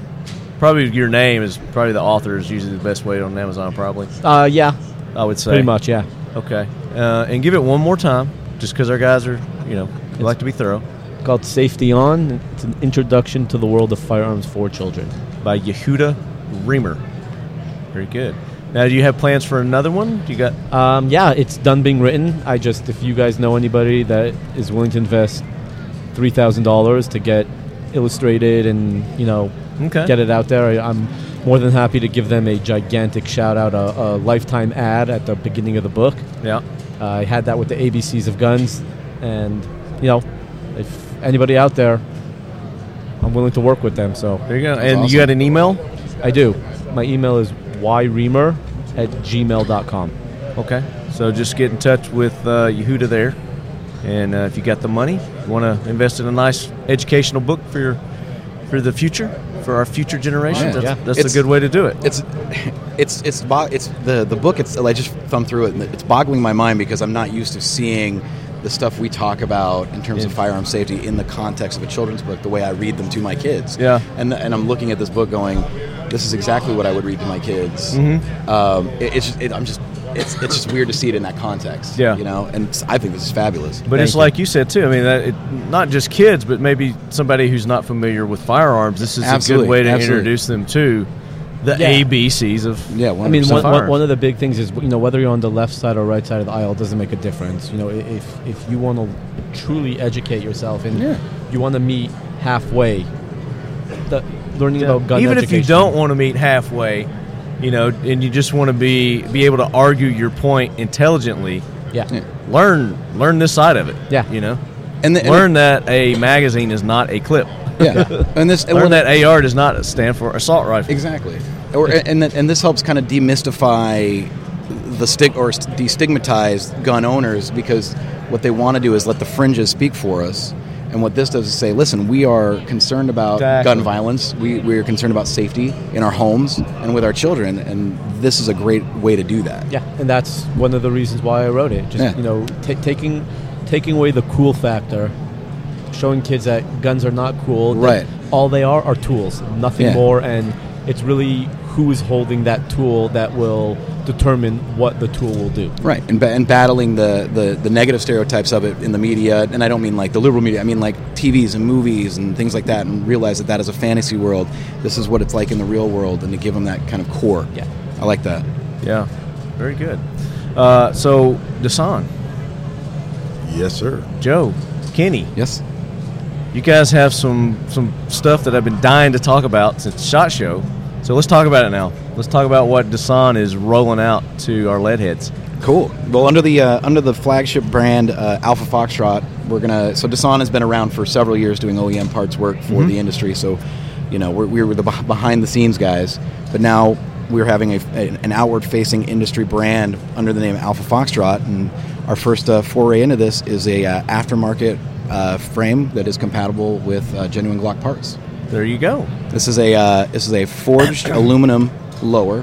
Probably your name is probably the author is usually the best way on Amazon. Probably Uh, yeah, I would say. pretty much. Yeah. Okay. Uh, and give it one more time, just because our guys are you know they like to be thorough. Called Safety On. It's an introduction to the world of firearms for children. by Yehuda Reamer. Very good. Now, do you have plans for another one? You got Um, yeah, it's done being written. I just, if you guys know anybody that is willing to invest three thousand dollars to get illustrated and you know Okay. get it out there. I, I'm more than happy to give them a gigantic shout out, a, a lifetime ad at the beginning of the book. Yeah. I had that with the ABCs of guns, and you know, if anybody out there, I'm willing to work with them. So There you go. and you got an email? I do. My email is yreamer at gmail.com. Okay. So just get in touch with uh, Yehuda there. And uh, if you got the money, you want to invest in a nice educational book for your for the future, for our future generations, Oh, Yeah. that's, that's It's- a good way to do it. It's it's it's bo- it's the the book. It's I just thumbed through it, and it's boggling my mind because I'm not used to seeing the stuff we talk about in terms of firearm safety in the context of a children's book. The way I read them to my kids. Yeah. And and I'm looking at this book, going, "This is exactly what I would read to my kids." Mm-hmm. Um, it, it's just, it, I'm just. It's, it's just weird to see it in that context, Yeah. You know, and it's- I think this is fabulous. But it's like you said too. I mean, that it, not just kids, but maybe somebody who's not familiar with firearms. This is a Absolutely, good way to absolutely. introduce them to the Yeah. ABCs of yeah, one I mean, one, one, firearms. one of the big things is you know whether you're on the left side or right side of the aisle doesn't make a difference. You know, i- if if you want to truly educate yourself and you want to meet halfway, the, learning about gun even if you education- don't want to meet halfway you know and you just want to be be able to argue your point intelligently yeah, Yeah. learn learn this side of it Yeah. you know and the, learn that a magazine is not a clip and, yeah, and this and learn one that ar does not stand for assault rifle Exactly. Or, and, that- and this helps kind of demystify the stig or destigmatize gun owners because what they want to do is let the fringes speak for us. And what this does is say, listen, we are concerned about Exactly. gun violence. We, we are concerned about safety in our homes and with our children. And this is a great way to do that. yeah, and that's one of the reasons why I wrote it. Just Yeah. you know, ta taking taking away the cool factor, showing kids that guns are not cool. that Right. all they are are tools, nothing Yeah. more, and it's really who is holding that tool that will determine what the tool will do. Right, and, ba- and battling the, the, the negative stereotypes of it in the media, and I don't mean like the liberal media, I mean like TVs and movies and things like that, and realize that that is a fantasy world. This is what it's like in the real world, and to give them that kind of core. Yeah. I like that. yeah very good uh, so dasan Yes, sir. joe kenny Yes? you guys have some some stuff that I've been dying to talk about since Shot Show. So let's talk about it now. Let's talk about what Dasan is rolling out to our lead heads. Cool. Well, under the uh, under the flagship brand uh, Alpha Foxtrot, we're gonna. So Dasan has been around for several years doing OEM parts work for the industry. So, you know, we're, we were the behind the scenes guys, but now we're having a, an outward facing industry brand under the name Alpha Foxtrot, and our first uh, foray into this is a uh, aftermarket uh, frame that is compatible with uh, genuine Glock parts. There you go. This is a uh, this is a forged aluminum lower.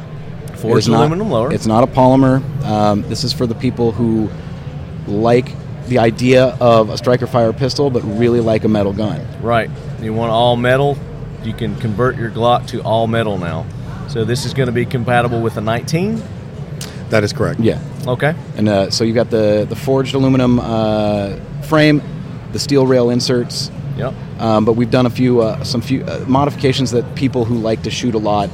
Forged It is not- aluminum lower. It's not a polymer. Um, this is for the people who like the idea of a striker fire pistol, but really like a metal gun. Right. You want all metal? You can convert your Glock to all metal now. So this is going to be compatible with a 19. That is correct. Yeah. Okay. And uh, so you got the the forged aluminum uh, frame, the steel rail inserts, Yep. um, but we've done a few uh, some few uh, modifications that people who like to shoot a lot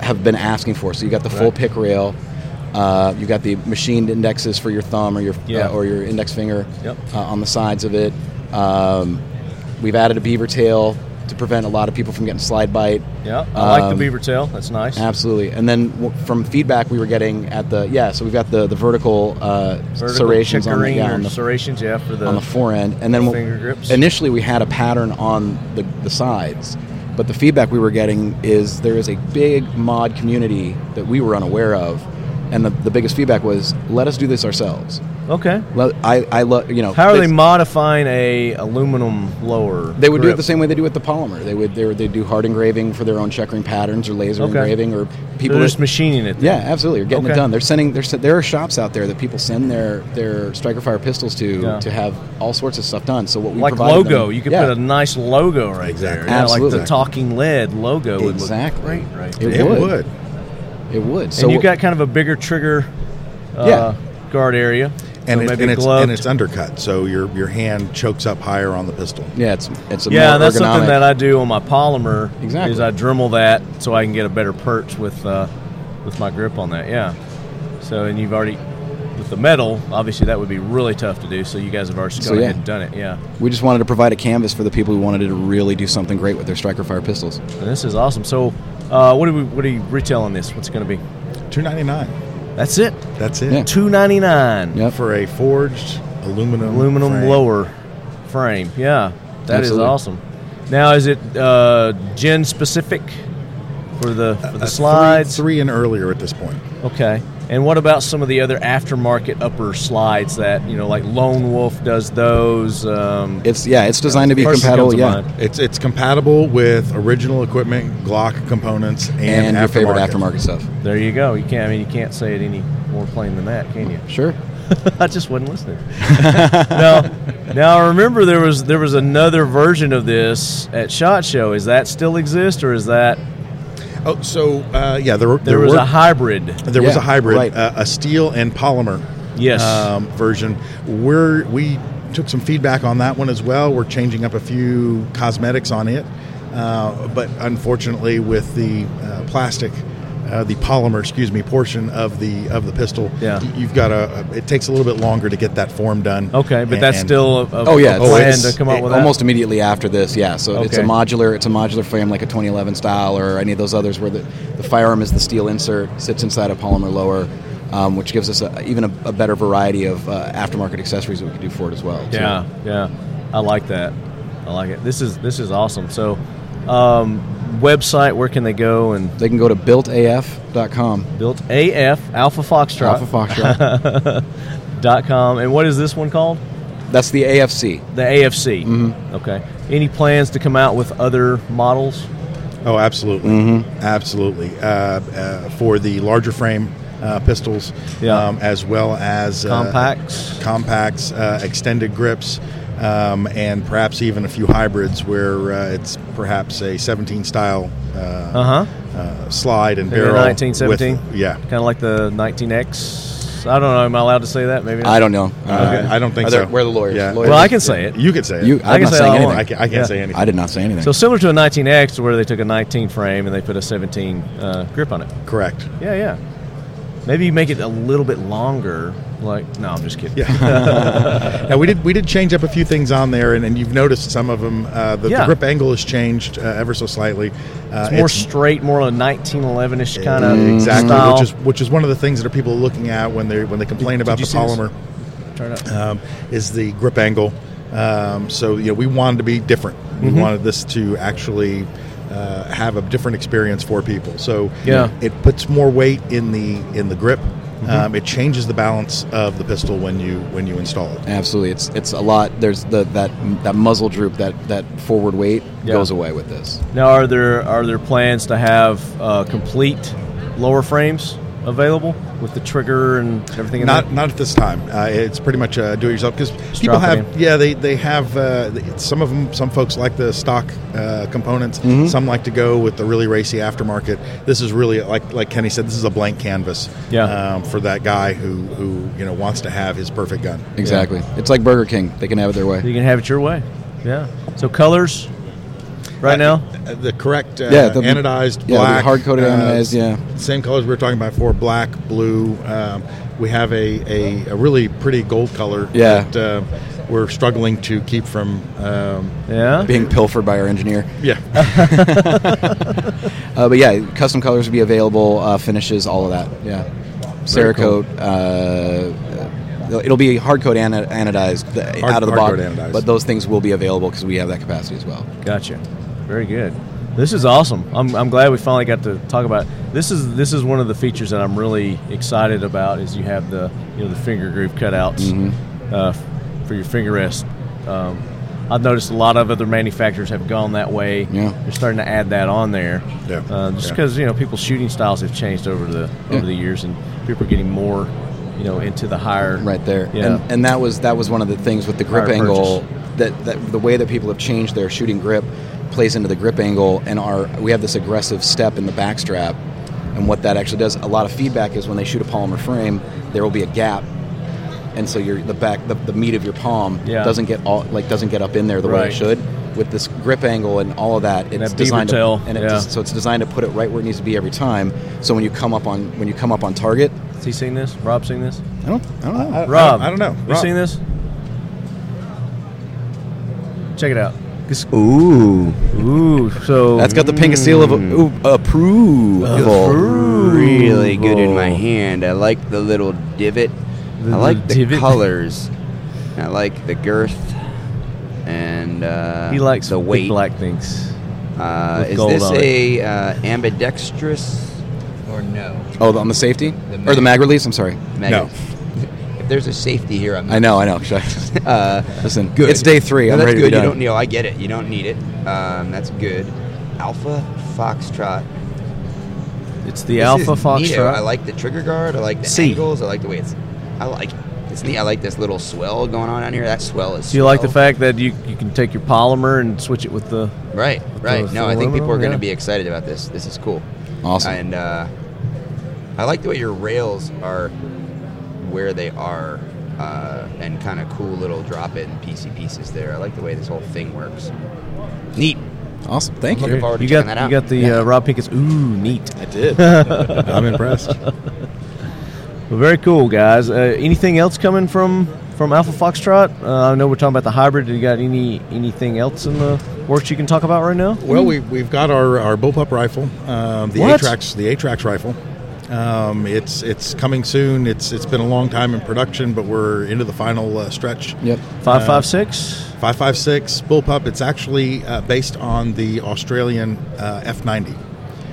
have been asking for. So you got the full Right. pick rail, uh, you got the machined indexes for your thumb or your Yeah. uh, or your index finger Yep. uh, on the sides of it. Um, we've added a beaver tail to prevent a lot of people from getting slide bite. Yeah. I like the Um, beaver tail. That's nice. Absolutely, and then w- from feedback we were getting at the yeah, so we've got the the vertical, uh, Vertical serrations on the, chickering yeah, or on the serrations, yeah, for the, on the forend, and then Finger we'll- grips. initially we had a pattern on the, the sides, but the feedback we were getting is there is a big mod community that we were unaware of, and the, the biggest feedback was let us do this ourselves. Okay. Let, I I love you know How are they this- modifying a aluminum lower? they would do it grip? the same way they do with the polymer. They would they would, they do hard engraving for their own checkering patterns or laser Okay. engraving or They're people just that- machining it. Yeah, absolutely. You're getting Okay. it done. They're sending. They're, sen- there are shops out there that people send their their striker fire pistols to Yeah. to have all sorts of stuff done. So what we like provided them- logo. you could Yeah. put a nice logo right Exactly. there. Yeah, Absolutely. like the talking lead logo would Exactly. look great right there. It, It would. would. It would. So and you what- got kind of a bigger trigger uh, Yeah. guard area. And, so it, maybe and, it's, gloved. and it's undercut, so your your hand chokes up higher on the pistol. yeah, it's it's a yeah, more that's ergonomic- something that I do on my polymer. Exactly. Is I Dremel that so I can get a better perch with uh, with my grip on that. Yeah. So and you've already with the metal, obviously that would be really tough to do. So you guys have already So, gone yeah. ahead and done it. Yeah. We just wanted to provide a canvas for the people who wanted to really do something great with their striker fire pistols. And this is awesome. So, uh, what do we? What do you retail on this? What's it going to be? Two ninety nine. That's it. That's it Yeah. Two ninety nine. Yep. for a forged aluminum Aluminum frame. lower frame. Yeah, that is Absolutely. awesome. Now, is it uh, gen specific for the for Uh, the three- slides? three, and earlier at this point. Okay. And what about some of the other aftermarket upper slides that you know, like Lone Wolf does those? Um, It's yeah, it's designed to be First compatible. comes to Yeah, mind. It's it's compatible with original equipment, Glock components, and, and, your favorite aftermarket. aftermarket stuff. There you go. You can't. I mean, you can't say it any more plain than that, can you? Sure. I just wasn't listening. now, now I remember there was there was another version of this at Shot Show. Is that still exist, or is that Oh, so uh, yeah, there, there, there, was were, a hybrid? there was Yeah, a hybrid, right. uh, a steel and polymer. Yes. um, version. We're we took some feedback on that one as well. We're changing up a few cosmetics on it, uh, but unfortunately, with the uh, plastic. Uh, the polymer, excuse me, portion of the of the pistol. Yeah. y- you've got a. It takes a little bit longer to get that form done. Okay, but And- that's and- still a, a, Oh yeah, a it's- plan it's- to come up it- with that? almost immediately after this. Yeah, so it's a Okay. modular, it's a modular frame like a 2011 style or any of those others where the, the firearm is the steel insert, sits inside a polymer lower, um, which gives us a, even a, a better variety of uh, aftermarket accessories that we can do for it as well. too. Yeah, yeah, I like that. I like it. This is this is awesome. So, um, website where can they go and they can go to builtaf.com. built AF Alpha Foxtrot Alpha Foxtrot. dot com. And what is this one called? That's the AFC. The AFC. Mm-hmm. Okay. Any plans to come out with other models? Oh, absolutely, Mm-hmm. absolutely. Uh, uh, for the larger frame uh, pistols, um, Yeah. as well as uh, Compacts. compacts, uh, extended grips, um, and perhaps even a few hybrids where uh, it's perhaps a 17 style uh, Uh huh. uh, slide and Maybe a barrel. 1917? with- yeah. Kind of like the 19X. I don't know. Am I allowed to say that? Maybe. Not. I don't know. Uh, I don't think Are there- so. Where are the lawyers? Yeah. Lawyers- Well, I can say it. You could say it. You- I I'm can not say saying all I anything. I, can, I can't Yeah. say anything. I did not say anything. So similar to a 19X, where they took a 19 frame and they put a 17 uh, grip on it. Correct. Yeah, yeah. Maybe you make it a little bit longer. Like, no, I'm just kidding. Now we did we did change up a few things on there, and, and you've noticed some of them. Uh, the, Yeah. the grip angle has changed uh, ever so slightly. Uh, It's more straight, more a 1911ish kind of exactly, style. which is which is one of the things that are people looking at when they when they complain about you the see this? polymer Turn it up. um, is the grip angle. Um, so you know we wanted to be different. We Mm-hmm. wanted this to actually. Uh, have a different experience for people, so Yeah. Mm-hmm. it puts more weight in the in the grip. Um, it changes the balance of the pistol when you when you install it. Absolutely, it's it's a lot. There's the that that muzzle droop, that that forward weight Yeah. goes away with this. Now, are there are there plans to have uh, complete lower frames available with the trigger and everything? In Not there? not at this time. Uh, it's pretty much uh, do it yourself because people drop it have in. yeah they they have uh, th- some of them some folks like the stock uh, components. Mm-hmm. Some like to go with the really racy aftermarket. This is really like like Kenny said. This is a blank canvas. Yeah. Um, for that guy who who you know wants to have his perfect gun. Exactly, it's like Burger King. They can have it their way. you can have it your way. Yeah. So colors, right now. Uh, the correct uh, Yeah, the- anodized yeah, the black uh, hard-coated anodized, yeah. same colors we were talking about before black blue um, we have a, a, a really pretty gold color Yeah. that uh, we're struggling to keep from um, Yeah. Being pilfered by our engineer, yeah uh, but yeah, custom colors would be available, uh, finishes, all of that. Yeah, Cerakote. Uh, uh, it'll be hard coat ana- anodized the, Hard- out of the hard box, coat anodized. but those things will be available because we have that capacity as well. Gotcha. Very good. This is awesome. I'm, I'm glad we finally got to talk about it. this. Is this is one of the features that I'm really excited about? Is you have the you know the finger groove cutouts Mm-hmm. uh, for your finger rest. Um, I've noticed a lot of other manufacturers have gone that way. Yeah. they're starting to add that on there. Yeah. Uh, just Yeah. because you know people's shooting styles have changed over the Yeah. over the years, and people are getting more you know into the higher right there. Yeah. And, and that was that was one of the things with the grip Higher angle purchase. that, that the way that people have changed their shooting grip plays into the grip angle and our we have this aggressive step in the back strap and what that actually does a lot of feedback is when they shoot a polymer frame there will be a gap and so your the back the, the meat of your palm Yeah. doesn't get all like doesn't get up in there the way Right. it should with this grip angle and all of that it's that beaver designed tail, to, and it yeah. just, so it's designed to put it right where it needs to be every time so when you come up on when you come up on target Has he seen this? Rob seen this? I don't, I don't know. I- Rob, I, don't know. You Rob. seen this? Check it out. This- Ooh, Ooh, so that's got the pink seal of ooh, approval. Really good in my hand. I like the little divot. The- I like the the divot. colors. I like the girth and uh, He likes the big weight. black things. uh, with is gold this on it. a uh, ambidextrous? Or no. Oh, the- on the safety The or the mag. mag release? I'm sorry. Meg- No. If there's a safety here, I'm I know, I know. Should I- Uh, Listen, good. it's day three. No, I'm that's ready good. to be You done. don't need. oh, I get it. You don't need it. Um, that's good. Alpha Foxtrot. It's the This Alpha is neato. I Foxtrot. like the trigger guard. I like the C. angles. I like the way it's. I like. It's neat. I like this little swell going on out here. That swell is. Do you like the swell. fact that you, you can take your polymer and switch it with the Right, right. the No, I think people are aluminum, going yeah. to be excited about this. This is cool. Awesome. And uh, I like the way your rails are where they are uh, and kind of cool little drop in PC pieces there. I like the way this whole thing works. Neat. Awesome. Thank you. Looking forward to you checking got that you out. got the uh, Rob Pincus. Ooh, neat. I did. I'm impressed. Well, very cool, guys. Uh, anything else coming from from Alpha Foxtrot? Uh, I know we're talking about the hybrid. You got any anything else in the works you can talk about right now? Well, we, we've got our, our bullpup rifle, um, the What? Atrax, the Atrax rifle. Um, it's it's coming soon. It's it's been a long time in production, but we're into the final uh, stretch. Yep. Five five six. Five five six bullpup. It's actually uh, based on the Australian uh, F ninety,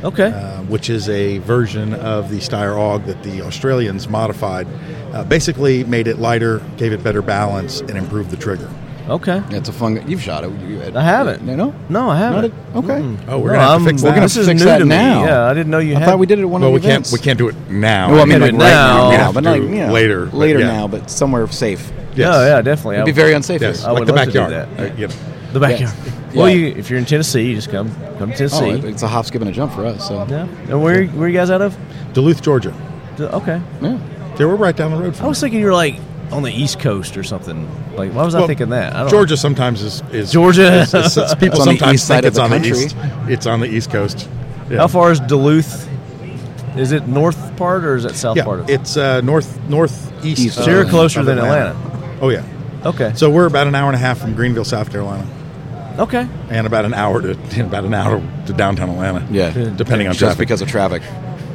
Okay. uh, which is a version of the Steyr AUG that the Australians modified. Uh, basically, made it lighter, gave it better balance, and improved the trigger. okay. Yeah, It's a fun. You've shot it. You had, I haven't. No, no. No, I haven't. Not a- okay. Mm. Oh, No, we're gonna have I'm- to fix We're that. gonna this is fix new that to now. me. Yeah, I didn't know you I had. thought we did it at one well, of we the can't events. we can't do it now. Well, I mean, do like it right now. now, We now have but to not do you know, later, but later yeah. now, but somewhere safe. Yeah, yeah, definitely. It'd I be would- very unsafe. Yes, here. I like would the love to do backyard. that. Uh, yep. the backyard. Yes. Well, Yeah. you, if you're in Tennessee, you just come come to Oh, Tennessee. it's a hop, skip, and a jump for us. So yeah. And where where you guys out of? Duluth, Georgia. D- Okay. yeah. Yeah, we're right down the I road from. was thinking you were like on the East Coast or something. Like, why was I Well, thinking that? I don't Georgia sometimes is, is Georgia. is- is- is- people It's on the sometimes east side think of it's the on country. the east. It's on the east coast. Yeah. How far is Duluth? Is it north part or is it south Yeah, part of it? it's uh, north northeast. East. So you're of- closer of than Oh yeah. Okay. So we're about an hour and a half from Greenville, South Carolina, okay. and about an hour to about an hour to downtown Atlanta. Yeah. depending on just traffic. because of traffic.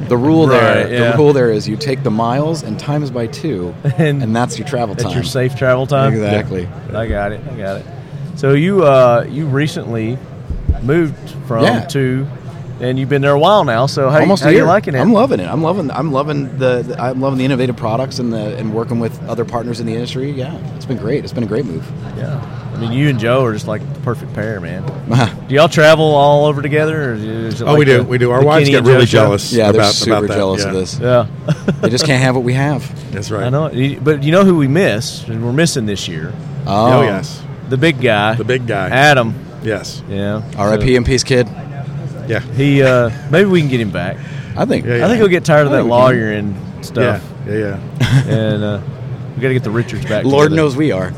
The rule Right, there, yeah. the rule there is you take the miles and times by two, And and, that's your travel That's time. your safe travel time. Exactly. I got it. I got it. So you uh, you recently moved from Yeah. to, and you've been there a while now. So how, Almost how a you year. liking it? I'm loving it. I'm loving. I'm loving the, the. I'm loving the innovative products and the and working with other partners in the industry. Yeah, it's been great. It's been a great move. yeah. I mean, you and Joe are just like the perfect pair, man. Do y'all travel all over together? Or is it Oh, like we do. the- we do. Our the wives Kenny get and Joe really show? jealous. yeah, they're about, super about that. jealous of Yeah, this. Yeah. They just can't have what we have. That's right. I know, it. but you know who we miss, and we're missing this year. Oh, yes, The big guy, the big guy. Adam. yes. Yeah, R.I.P. and peace, kid. Yeah. So he uh, maybe we can get him back. I think. Yeah, yeah. I think he'll get tired of I that think we can. lawyer and stuff, Yeah. Yeah. Yeah. and uh, we got to get the Richards back. Lord together. knows we are.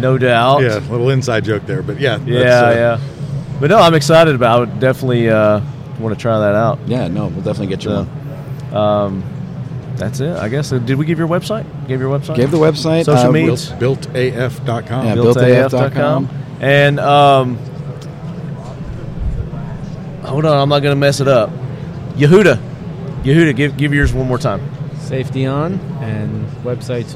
no doubt. Yeah, a little inside joke there, but yeah, that's, yeah, uh, yeah. But no, I'm excited about. it. I would definitely uh, want to try that out. Yeah, no, we'll definitely get you So, one. That's it, I guess. Uh, Did we give your website? Gave your website? Gave the website. Social uh, media. Built, builtaf.com. Yeah, built- builtaf.com. And um, hold on, I'm not going to mess it up. Yehuda, Yehuda, give give yours one more time. Safety on and websites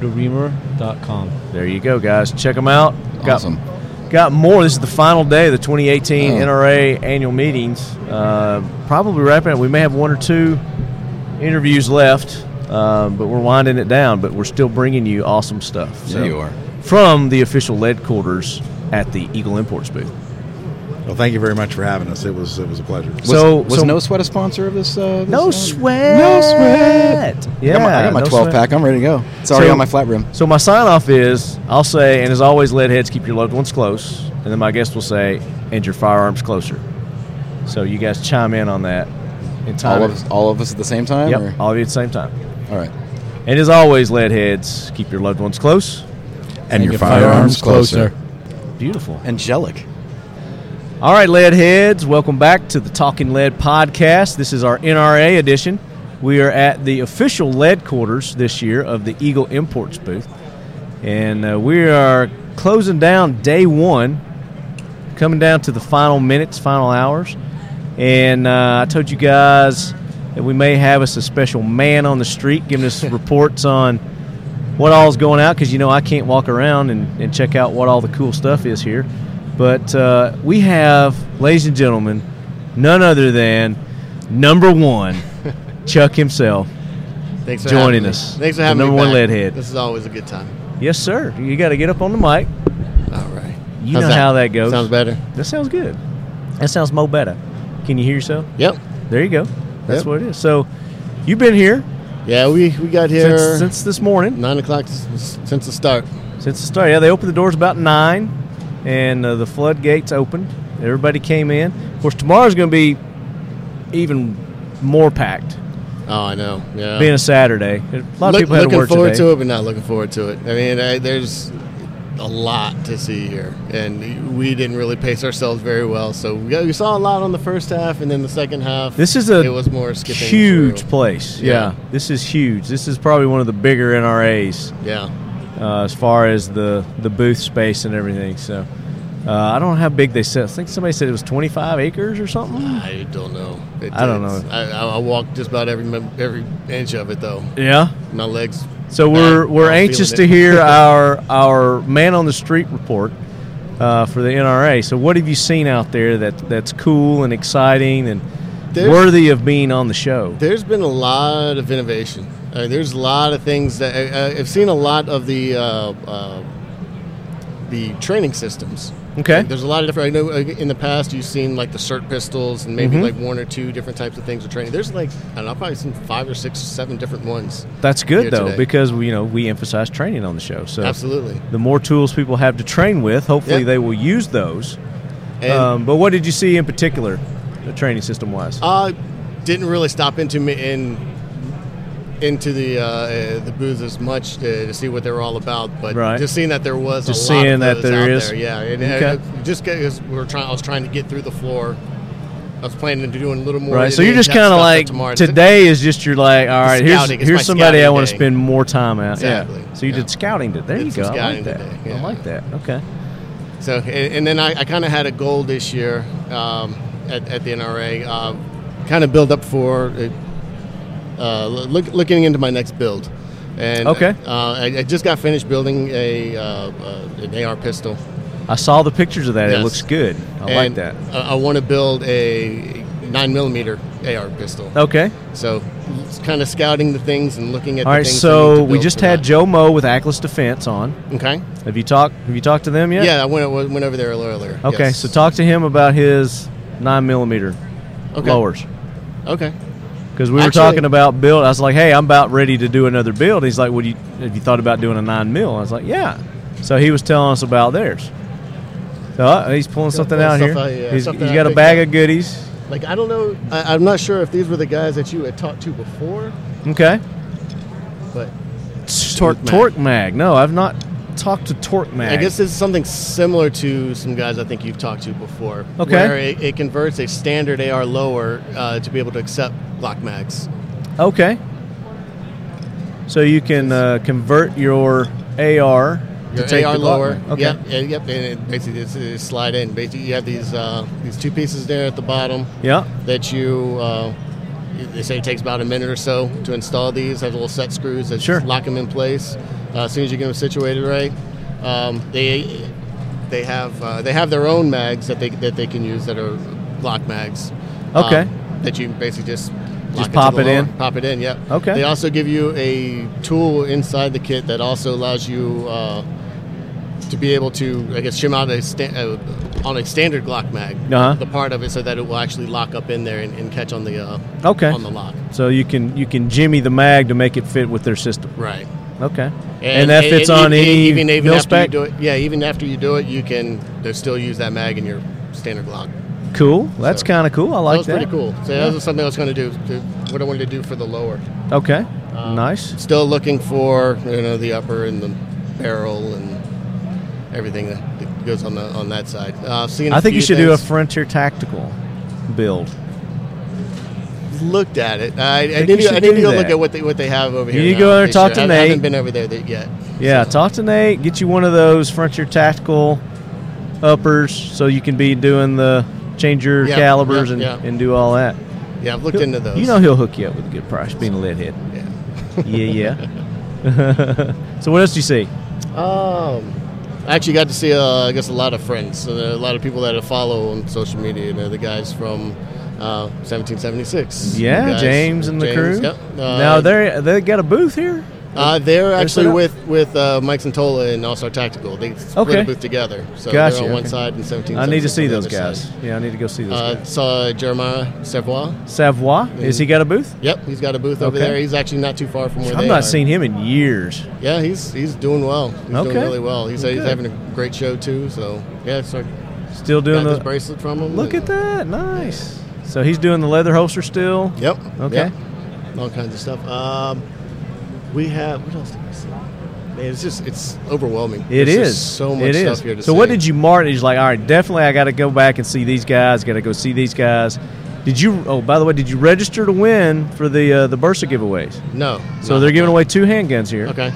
www.yehudareamer.com. There you go, guys. Check them out. Got, Awesome. Got more. This is the final day of the 2018 Oh. NRA annual meetings. Uh, probably wrapping it. We may have one or two interviews left, um, but we're winding it down. But we're still bringing you awesome stuff. Yeah, you are. From the official lead quarters at the Eagle Imports booth. Well, thank you very much for having us. It was it was a pleasure. Was, So- was so- no sweat a sponsor of this? Uh, this No uh, sweat. No sweat. Yeah, I got my, I got my no 12 sweat. pack. I'm ready to go. It's already So- on my flat rim. So my sign off is I'll say, and as always, lead heads keep your loved ones close, and then my guest will say, and your firearms closer. So you guys chime in on that. In time All of us, all of us at the same time. Yep, or- all of you at the same time. All right. And as always, lead heads keep your loved ones close. and, your firearms firearms closer. Beautiful. Angelic. All right, lead heads, welcome back to the Talking Lead podcast. This is our NRA edition. We are at the official lead quarters this year of the Eagle Imports booth, and uh, we are closing down day one, coming down to the final minutes, final hours. And uh, I told you guys that we may have us a special man on the street giving us reports on what all's going out because you know I can't walk around and, and check out what all the cool stuff is here. But uh, we have, ladies and gentlemen, none other than number one, Chuck himself. Thanks for joining having me. us. Thanks for the having number me. one back. leadhead. This is always a good time. Yes, sir. You got to get up on the mic. All right. You How's know that? how that goes. Sounds better? That sounds good. That sounds mo better. Can you hear yourself? Yep. There you go. That's Yep. what it is. So, you've been here. Yeah, we, we got here Since- since this morning. Nine o'clock s- s- since the start. Since the start, yeah, they opened the doors about nine, and uh, the floodgates opened. Everybody came in. Of course, tomorrow's going to be even more packed, Oh, I know. Yeah. being a Saturday. A lot Look- of people had to looking work forward today. to it, but not looking forward to it. I mean, I, there's a lot to see here, and we didn't really pace ourselves very well. So we, got- we saw a lot on the first half, and then the second half. This is a it was more skipping huge through. place. Yeah. Yeah. this is huge. This is probably one of the bigger NRAs. Yeah. uh, as far as the the booth space and everything. So uh, I don't know how big they said. I think somebody said it was 25 acres or something. I don't know. It- I don't it's- know. I, I I walked just about every mem- every inch of it though. Yeah. My legs. So Ah, we're we're I'm anxious to feeling it. hear our our man on the street report uh, for the NRA. So what have you seen out there that that's cool and exciting and There's- worthy of being on the show? There's been a lot of innovation. Uh, there's a lot of things that I, I've seen a lot of the uh, uh, the training systems. Okay. there's a lot of different. I know uh, in the past you've seen like the cert pistols and maybe Mhm. like one or two different types of things of training. There's like I don't know, I've probably seen five or six, seven different ones. That's here good though today. because we, you know we emphasize training on the show. So Absolutely. the more tools people have to train with, hopefully Yep. they will use those. And- um, but what did you see in particular, the training system wise? Uh, didn't really stop into me in into the uh, uh, the booth as much uh, to see what they were all about, but Right. just seeing that there was Just a lot seeing of that those there out is. there, yeah. And, Okay. uh, just because we were trying, I was trying to get through the floor. I was planning to doing a little more. Right, so you're of just that kind stuff of for like tomorrow. today is just you're like all right here's scouting, it's my here's somebody I scouting want to day. spend more time at Exactly, yeah so you did scouting today there Did you some go I like scouting that today, I yeah. like that okay So, and, and then I, I kind of had a goal this year um, at, at the NRA, uh, kind of build up for uh, uh, look, looking into my next build. And Okay. uh, I, I just got finished building a uh, uh, an AR pistol. I saw the pictures of that it Yes. looks good I like And that I, I want to build a nine millimeter AR pistol. okay So, kind of scouting the things and looking at. all the right things I need so to we build just for had that. Joe Moe with Ackless Defense on Okay. have you talked have you talked to them yet Yeah, I went, went over there a little earlier. okay yes. so talk to him about his nine millimeter Okay. lowers Okay. because we were Actually- talking about build I was like hey I'm about ready to do another build he's like what do you have you thought about doing a nine mil I was like yeah so he was telling us about theirs. So uh, he's pulling something pulling out stuff here. out, yeah, he's, something he's I got a picked bag up. of goodies. Like I don't know, I, I'm not sure if these were the guys that you had talked to before, Okay. but Torque Torque Mag. Mag. Torque Mag. No, I've not talked to Torque Mag. I guess it's something similar to some guys I think you've talked to before. Okay. where it, it converts a standard AR lower uh, to be able to accept Glock mags. Okay. So you can uh, convert your AR to Your take AR the Glock lower, mag. Okay. yep, yeah, yep, and it basically it's, it's slide in. Basically, you have these uh, these two pieces there at the bottom. Yeah. that you. Uh, they say it takes about a minute or so to install these. Have little set screws that Sure. just lock them in place. Uh, as soon as you get them situated right, um, they they have uh, they have their own mags that they that they can use that are lock mags. um, Okay. that you basically just lock to pop the it lower- in? Pop it in. Yep. Okay. They also give you a tool inside the kit that also allows you. Uh, to be able to, I guess, shim out a sta- uh, on a standard Glock mag, Uh-huh. the part of it, so that it will actually lock up in there and, and catch on the uh, Okay. on the lock. So you can you can jimmy the mag to make it fit with their system. Right. Okay. And, that fits and e-, on any mil after spec. You do it, yeah, even after you do it, you can they'll still use that mag in your standard Glock. Cool. That's kind of cool. I like that was pretty cool. So Yeah. that was something I was going to do. to- What I wanted to do for the lower. Okay. Um, nice. Still looking for you know the upper and the barrel and everything that, that goes on the, on that side. Uh, seeing I think you few should do a things. Frontier Tactical build. Looked at it. I, I, Think need, you to, I should need to do go that. look at what they what they have over You here. need now to go there and this year. talk to I, I Nate. haven't been over there th- yet. Yeah, talk to Nate. Get you one of those Frontier Tactical uppers so you can be doing the change your Yeah, calibers yeah, and, yeah. and do all that. Yeah, I've looked He'll- into those. You know he'll hook you up with a good price being a lead head. Yeah. yeah, yeah. so what else do you see? Um, I actually got to see, uh, I guess, a lot of friends, so there are a lot of people that I follow on social media. They're the guys from uh, 1776. Yeah, Guys- James and the James, crew. Yep. Uh, now they they got a booth here. uh, they're set actually up? with with uh, Mike Santola and also Tactical. They split Okay. a booth together, so Gotcha, they're on one okay. side and 1776. I need to see on the those other guys. side. Yeah, I need to go see those Uh, guys. saw Jeremiah Savoy. Savoy, is he got a booth? Yep, he's got a booth over Okay. there. He's actually not too far from where I've they not are. seen him in years. Yeah, he's he's doing well. He's doing Okay. really well. He's, Well, he's good. having a great show too. So yeah, so Still doing got the- this bracelet from him. Look at that, nice. So he's doing the leather holster still. Yep. Okay. Yep. All kinds of stuff. Um, we have what else did I see? Man, it's just it's overwhelming. It There's is just so much It stuff is. here to so see. what did you mark? He's like, all right, definitely, I got to go back and see these guys. Got to go see these guys. Did you? Oh, by the way, did you register to win for the uh, the Bursa giveaways? No. So they're giving away two handguns here. Okay.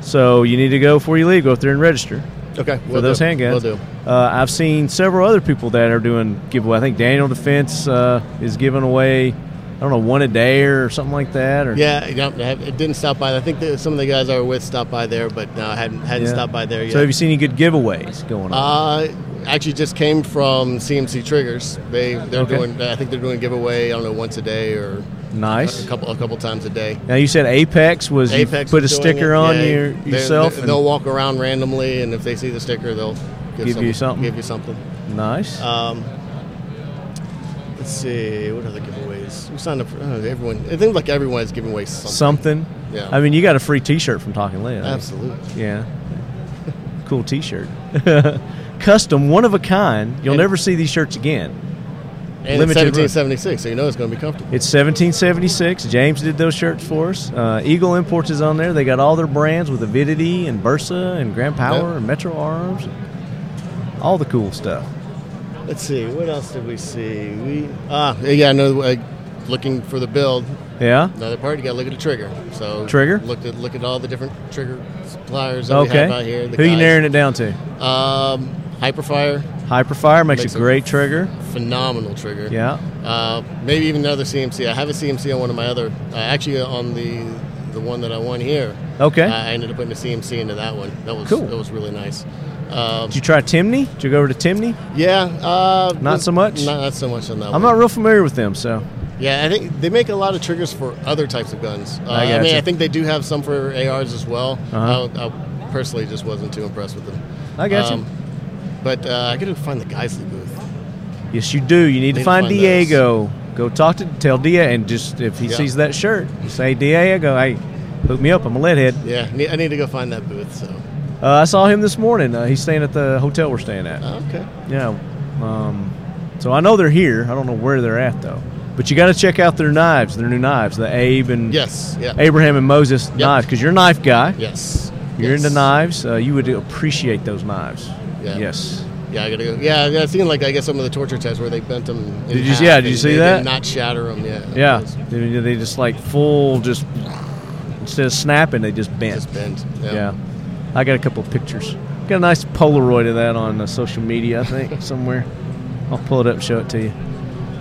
So you need to go before you leave. Go up there and register. Okay, For will those do, handguns. will do. Uh, I've seen several other people that are doing giveaway. I think Daniel Defense uh, is giving away. I don't know one a day or something like that. Or Yeah, yeah, it didn't stop by. I think that some of the guys I were with stopped by there, but no, I hadn't hadn't Yeah. stopped by there yet. So have you seen any good giveaways going on? Uh, actually, just came from CMC Triggers. They they're Okay. doing. I think they're doing a giveaway. I don't know, once a day or Nice. a couple a couple times a day. Now you said Apex was you Apex put a is doing sticker it. on Yeah, your, they- yourself. They, and- will walk around randomly, and if they see the sticker, they'll give, Give you something? Give you something. Nice. Um, let's see. What other giveaways? We signed up for uh, everyone. It seems like everyone is giving away something. something. Yeah. I mean, you got a free T-shirt from Talking Lead. I think. Absolutely. Yeah. cool T-shirt. Custom, one of a kind. You'll And- never see these shirts again. and it's Limited run. 1776, so you know it's going to be comfortable. It's 1776. James did those shirts for us. Uh, Eagle Imports is on there. They got all their brands with Avidity and Bursa and Grand Power Yep. and Metro Arms, and all the cool stuff. Let's see. What else did we see? We ah yeah, I know. Uh, looking for the build. Yeah? Another part. You got to look at the trigger. So Trigger? Looked at look at all the different trigger suppliers that we Okay. have out here. The Who you guys. narrowing it down to? Um, Hyperfire. Hyperfire makes, a great trigger. Phenomenal trigger. Yeah. Uh, maybe even another CMC. I have a CMC on one of my other. Uh, actually, on the the one that I won here. Okay. uh, I ended up putting a CMC into that one. That was Cool. That was really nice. Um, Did you try Timney? Did you go over to Timney? yeah. Uh, Not so much? Not, not so much on that. I'm one. not real familiar with them, so Yeah, I think they make a lot of triggers for other types of guns. Uh, I I, mean, gotcha. I think they do have some for ARs as well. Uh-huh. I, I personally just wasn't too impressed with them. Um, I gotcha. but uh, I gotta find the Geisley booth. yes, you do. You need Need to to find, find those. Diego. Go talk to tell Dia, and just if he Yeah. sees that shirt, say Diego, hey, hook me up. I'm a lead head. Yeah, I need- I need to go find that booth. So Uh, I saw him this morning. Uh, he's staying at the hotel we're staying at. okay, Yeah. Um, so I know they're here. I don't know where they're at though. But you got to check out their knives, their new knives, the Abe and Yes, yeah. Abraham and Moses knives, because you're a knife guy. yes, You're Yes. into knives. Uh, you would appreciate those knives. Yeah. Yes. yeah, I gotta go. Yeah, I- I've seen like I guess some of the torture tests where they bent them. In Did you- half yeah, did you and see they did that? not shatter them. Yeah, Yeah, they, they just like full, just instead of snapping, they just bent. Just bent, yeah. Yeah. I got a couple of pictures. Got a nice Polaroid of that on uh, social media, I think, somewhere. I'll pull it up, and show it to you.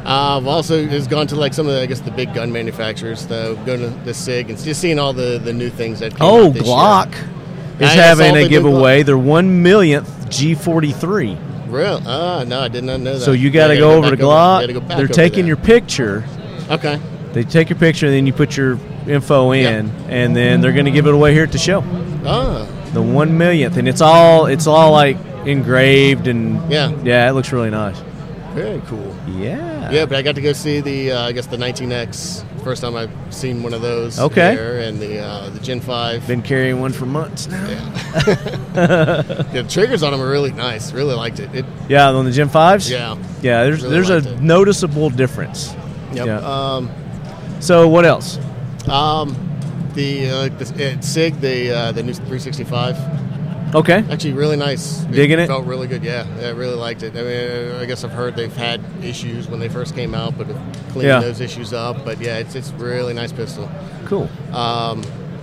Uh, I've also has gone to like some of the I guess the big gun manufacturers, the going to the Sig and just seeing all the the new things that. Came Oh, out this year. Glock Yeah, is I saw having the a new giveaway. Their one millionth G43. Real? Ah, no, I did not know that. So you got to Yeah, go over to back I Glock. gotta go back They're over taking there. your picture. Okay. They take your picture, and then you put your info in, and then they're going to give it away here at the show. Ah, The one millionth, and it's all it's all like engraved and Yeah. yeah, it looks really nice. very cool. Yeah. Yeah, but I got to go see the uh, I guess the 19X. First time I've seen one of those. Okay. Here, and the uh, the Gen 5. Been carrying one for months now. Yeah, the triggers on them are really nice. Really liked it. It. Yeah, on the Gen Fives. Yeah. Yeah. There's Really there's liked a noticeable difference. Yep. Yeah. Um, so what else? um, the uh, the- at Sig the uh, the new 365. Okay. Actually, really nice. Digging it? Felt really good. Yeah, I really liked it. I mean, I guess I've heard they've had issues when they first came out, but cleaning Yeah. those issues up. But yeah, it's it's really nice pistol. Cool. Um,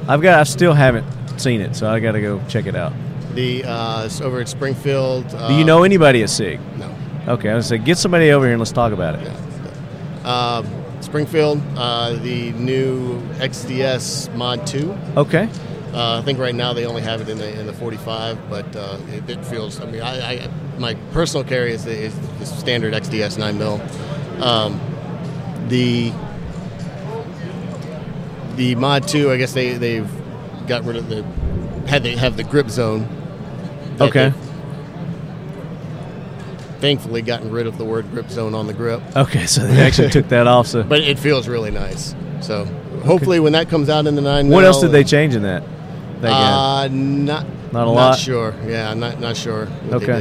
I've got. I still haven't seen it, so I got to go check it out. the uh, it's over at Springfield. Do you um, know anybody at Sig? No. Okay, I was gonna say get somebody over here and let's talk about it. Um, Springfield, uh, the new XDS Mod 2. Okay. Uh, I think right now they only have it in the in the 45, but uh, it, it feels. I mean, I, I my personal carry is the, is the standard XDS 9 mil. Um, the the mod 2 i guess they they've got rid of the had they have the grip zone They- Okay. they've thankfully gotten rid of the word grip zone on the grip Okay, so they actually took that off, so- but it feels really nice so hopefully when that comes out in the 9 What else mil- did they change in that? They got- uh, not Not a lot? Sure. Yeah, I'm not not sure. What Okay. They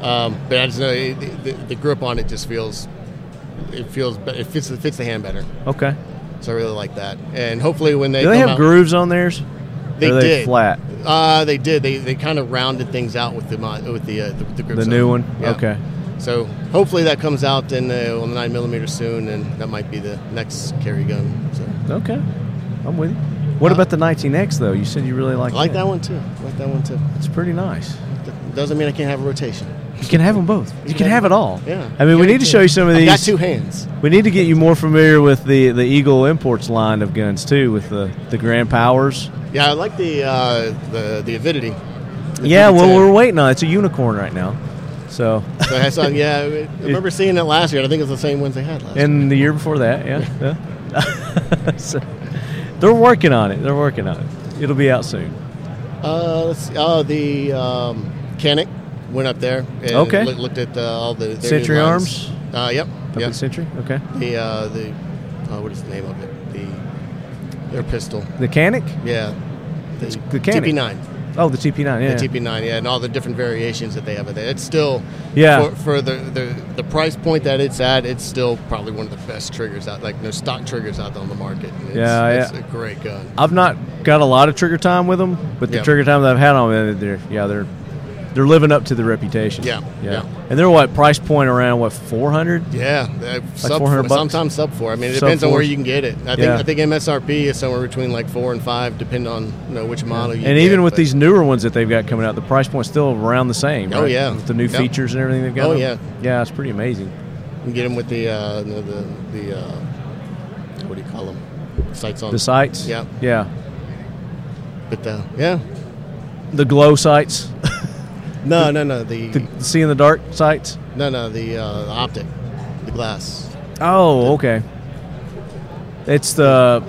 did. Um, but I just know it, the, the grip on it just feels it feels be- it fits it fits the hand better. okay. So I really like that. And hopefully when they Do they come have out- grooves on theirs? They, Or are they did flat? Uh, they did. They, they kind of rounded things out with the mod, with the uh, the, the grip The zone. new one? Yeah. Okay. So hopefully that comes out in uh, on the nine millimeter soon, and that might be the next carry gun. So Okay, I'm with you. What about the 19X though? You said you really I like. like that one too. I like that one too. It's pretty nice. Doesn't mean I can't have a rotation. You can have them both. You can have it all. Yeah. I mean, we need to show you some of I've these. got two hands. We need to get you more familiar with the, the Eagle Imports line of guns too, with the the Grand Powers. Yeah, I like the uh, the the avidity. The yeah, well, 5010. we're waiting on. it. It's a unicorn right now. So. So I saw, yeah, I remember seeing it last year. and I think it was the same ones they had last. year. and the year before that, yeah. yeah. So, they're working on it. They're working on it. It'll be out soon. Uh, let's see. Oh, the um, Canic went up there. And Okay. loo- looked at uh, all the their new Century lines. Uh, yep. Up yep. in Century? Okay. The uh, the uh, what is the name of it? The their pistol. The Canic? Yeah. The, The Canic. TP9. Oh, the TP9. Yeah. the TP9, yeah, and all the different variations that they have of it. It's still, Yeah. for, for the, the the price point that it's at, it's still probably one of the best triggers out, like no stock triggers out there on the market. It's, yeah, yeah. it's a great gun. I've not got a lot of trigger time with them, but the Yeah. trigger time that I've had on them, they're yeah, they're they're living up to the reputation. Yeah, yeah. And they're what price point around what four hundred? Yeah, uh, sub 400 four, bucks? sometimes sub four. I mean, it Sub depends on where four. you can get it. I think Yeah. I think MSRP is somewhere between like four and five, depending on you know which model. you And get, even with but- these newer ones that they've got coming out, the price point's still around the same. Oh, right? yeah. with the new Yep. features and everything they've got. Oh, on. yeah. yeah, it's pretty amazing. you can get them with the uh, the the, the uh, what do you call them? Sights on The sights. Yeah, yeah, but uh, yeah, the glow sights. no, no, no, the, the see in the dark sights. no, no, the uh, optic, the glass. Oh, okay. It's the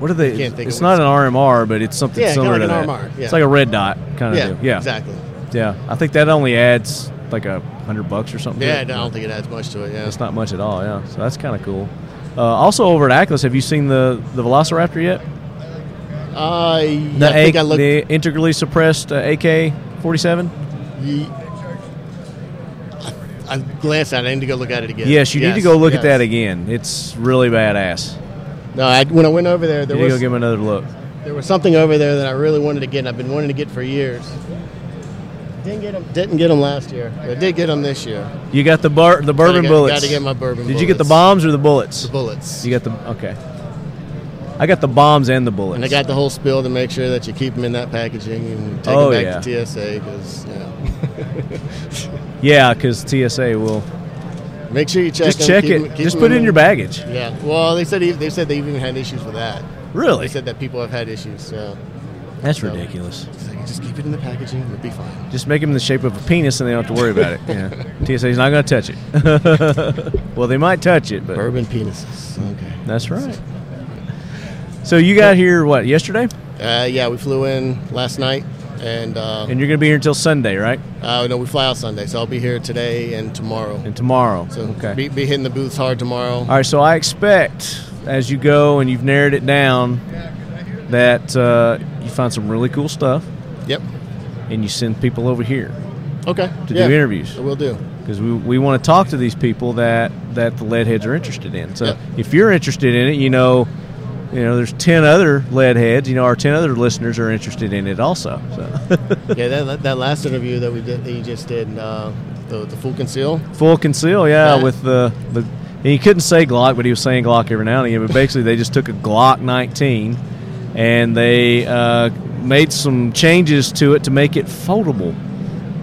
what are they? I can't think of It's what not an RMR, but it's something Yeah, kinda similar like to an that. RMR, yeah. It's like a red dot kind of Yeah, deal. Yeah, exactly. Yeah, I think that only adds like a hundred bucks or something. to Yeah, I it. don't think it adds much to it. Yeah, It's not much at all. Yeah, so that's kind of cool. Uh, also over at Atlas, have you seen the the Velociraptor yet? uh, yeah, The, I think A- I looked. the integrally suppressed uh, AK forty seven. ye- I, I glanced at it. I need to go look at it again. Yes, you need to go look yes. at that again. It's really badass. No, I, when I went over there, there you need to was go give him another look. There was something over there that I really wanted to get, and I've been wanting to get for years. Didn't get them. Didn't get them last year. but I did get them this year. You got the bur- the bourbon Gotta get- bullets. gotta get my bourbon Did you get the bullets. bombs or the bullets? The bullets. You got the okay. I got the bombs and the bullets. And I got the whole spill to make sure that you keep them in that packaging and take Oh, them back yeah. to TSA because you know. yeah, because TSA will. make sure you check. Just 'em, check keep it. 'em- keep Just 'em put it in the- your baggage. Yeah. Well, they said e- they said they even had issues with that. Really? They said that people have had issues. So That's So, ridiculous. it's like, just keep it in the packaging. It'll be fine. Just make them the shape of a penis, and they don't have to worry about it. Yeah. TSA's not going to touch it. well, they might touch it, but bourbon penises. Okay. That's right. So you got here what yesterday, Uh, yeah, we flew in last night, and uh, and you're going to be here until Sunday, right? Uh, no, we fly out Sunday, so I'll be here today and tomorrow. And tomorrow. So okay. be, be hitting the booths hard tomorrow. All right, so I expect as you go and you've narrowed it down that uh, you find some really cool stuff. Yep. And you send people over here Okay. to yeah, do interviews I will do. because we, we want to talk to these people that, that the leadheads are interested in. So if you're interested in it, you know you know, there's ten other lead heads. You know, our ten other listeners are interested in it also. So yeah, that, that last interview that we did, that you just did, uh, the, the full conceal. full conceal, yeah, Yeah. with the the. And he couldn't say Glock, but he was saying Glock every now and again. But basically, they just took a Glock 19 and they uh, made some changes to it to make it foldable,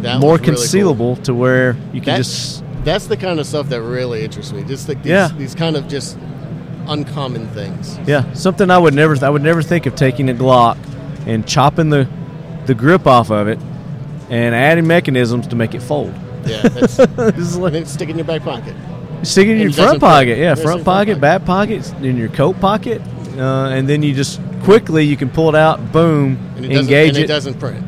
That more was really cool. concealable, to where you can That's- just That's the kind of stuff that really interests me. Just like these, Yeah. these kind of just uncommon things. Yeah, something I would never, I would never think of taking a Glock and chopping the, the grip off of it, and adding mechanisms to make it fold. Yeah, that's, it's like, and it's stick in your back pocket. Stick it in And your it doesn't front fit. pocket, yeah, Yes, front in pocket, back pocket, in your coat pocket, uh, and then you just quickly you can pull it out, boom, And it doesn't, engage and it, it, doesn't print.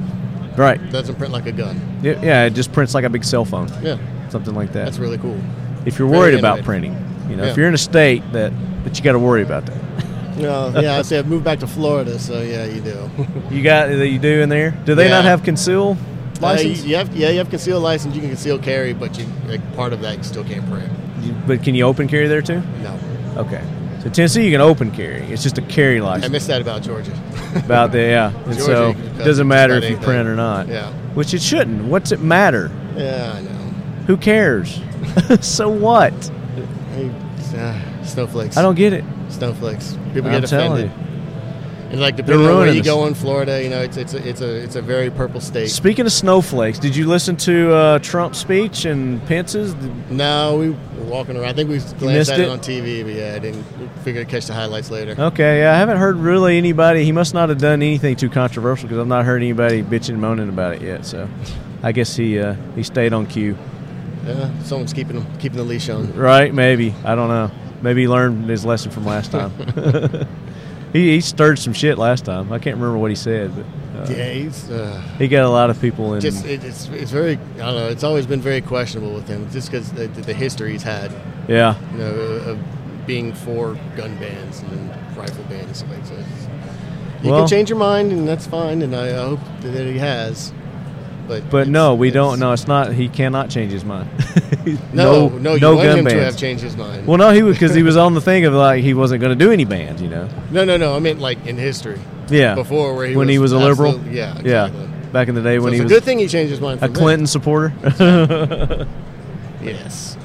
right? It doesn't print like a gun. Yeah, yeah, it just prints like a big cell phone, Yeah. something like that. That's really cool. if you're very worried about innovative. printing, you know, if Yeah. you're in a state that that you got to worry about that, No, yeah, I say I've moved back to Florida, so yeah, you do. Uh, you got that you do in there. Do they not Yeah. have conceal license? Uh, you have, yeah, you have concealed license. You can conceal carry, but you like part of that you still can't print. You- But can you open carry there too? No. Okay. So Tennessee, you can open carry. It's just a carry I license. missed that about Georgia. About the yeah. And Georgia, so you can it cut doesn't just matter if about you anything. print or not. Yeah. Which it shouldn't. What's it matter? Yeah, I know. Who cares? so what? Hey, uh, snowflakes. I don't get it. Snowflakes. People I'm get telling offended. And like They're depending on where ruining you us. go in Florida, you know, it's it's a, it's a it's a very purple state. Speaking of snowflakes, did you listen to uh, Trump's speech and Pence's? No, we were walking around. I think we missed glanced at it, it? Oh. on TV, but yeah, I didn't figure to catch the highlights later. Okay, yeah, I haven't heard really anybody. He must not have done anything too controversial because I've not heard anybody bitching and moaning about it yet. So, I guess he uh, he stayed on cue. Yeah, someone's keeping 'em- keeping the leash on. Right? Maybe. I don't know. Maybe he learned his lesson from last time. he, he stirred some shit last time. I can't remember what he said, but uh, Yeah, he's uh, he got a lot of people in. just it, it's it's very I don't know. It's always been very questionable with him, just because the, the history he's had. Yeah. You know, of being for gun bans and rifle bans and stuff like that. You Well- can change your mind, and that's fine. And I I hope that he has. But but it's- no, we it's- don't. No, it's not. He cannot change his mind. No, no, you want gun him to bans. have changed his mind. Well, no, he was because he was on the thing of like he wasn't going to do any bans, you know. No, no, no. I meant like in history. Yeah. Before where he when was he was a liberal. absolute- Yeah. Exactly. Yeah. Back in the day So when it's he a was good thing he changed his mind. a from then. Clinton supporter. Yes.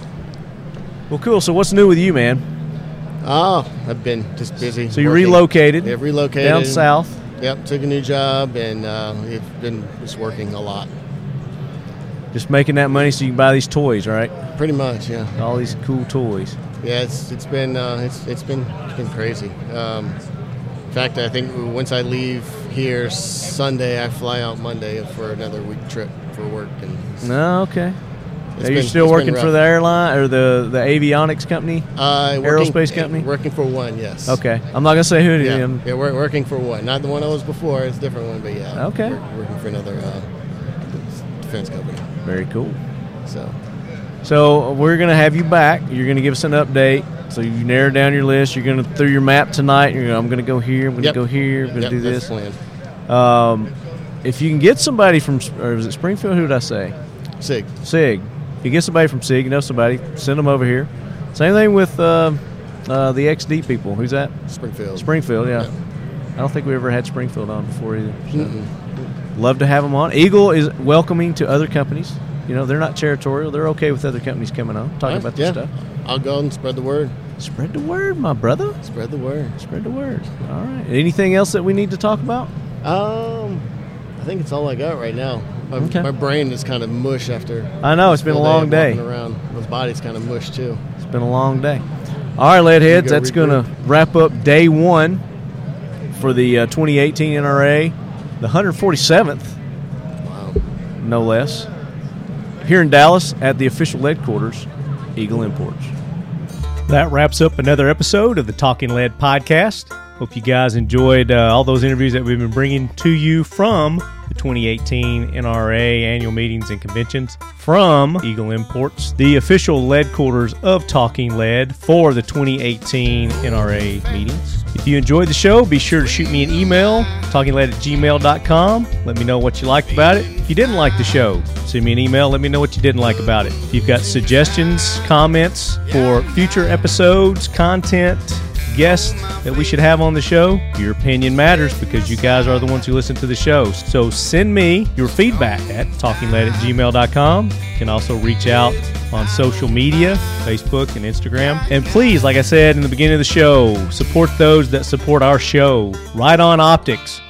well, cool. So what's new with you, man? Oh, I've been just busy. So you working. relocated Yeah, relocated down south. Yep, took a new job and uh, have been just working a lot. Just making that money so you can buy these toys, right? Pretty much, yeah. All these cool toys. Yeah, it's it's been uh, it's it's been it's been crazy. Um, in fact, I think once I leave here Sunday, I fly out Monday for another week trip for work and No, okay. It's Are you been- still it's been working for rough. the airline or the, the avionics company? uh, working- Aerospace company? Working for one, yes. Okay. Um, I'm not going to say who it is. Yeah, I'm- yeah, we're working for one, not the one I was before. It's a different one, but yeah. Okay. we're working for another uh, defense company. Very cool. So So we're going to have you back. You're going to give us an update. So you narrow down your list. You're going to through your map tonight. You're gonna, I'm going to go here. I'm going to Yep. go here. I'm going to Yep, do that's this. the plan. Um, if you can get somebody from, or is it Springfield? Who did I say? Sig. Sig. If you get somebody from Sig, you know somebody, send them over here. Same thing with uh, uh, the XD people. Who's that? Springfield. Springfield, yeah. I don't think we ever had Springfield on before either. so. Mm-mm. Love to have them on. Eagle is welcoming to other companies. You know, they're not territorial. They're okay with other companies coming on, talking All right, about yeah. this stuff. I'll go and spread the word. Spread the word, my brother. Spread the word. Spread the word. All right. Anything else that we need to talk about? Um, I think it's all I got right now. My, Okay. my brain is kind of mush after. I know, it's this been a full long of day. walking Around, my body's kind of mush too. It's been a long day. All right, leadheads, go that's going to wrap up day one for the uh, 2018 NRA, the 147th, no less, here in Dallas at the official headquarters, Eagle Imports. That wraps up another episode of the Talking Lead podcast. Hope you guys enjoyed uh, all those interviews that we've been bringing to you from the 2018 NRA annual meetings and conventions from Eagle Imports, the official lead quarters of Talking Lead for the 2018 NRA meetings. If you enjoyed the show, be sure to shoot me an email, talkinglead at gmail.com. Let me know what you liked about it. If you didn't like the show, send me an email. Let me know what you didn't like about it. If you've got suggestions, comments for future episodes, content, guest that we should have on the show, your opinion matters because you guys are the ones who listen to the show. So send me your feedback at talkingled at gmail.com. You can also reach out on social media, Facebook and Instagram. And please, like I said in the beginning of the show, support those that support our show. Right on optics,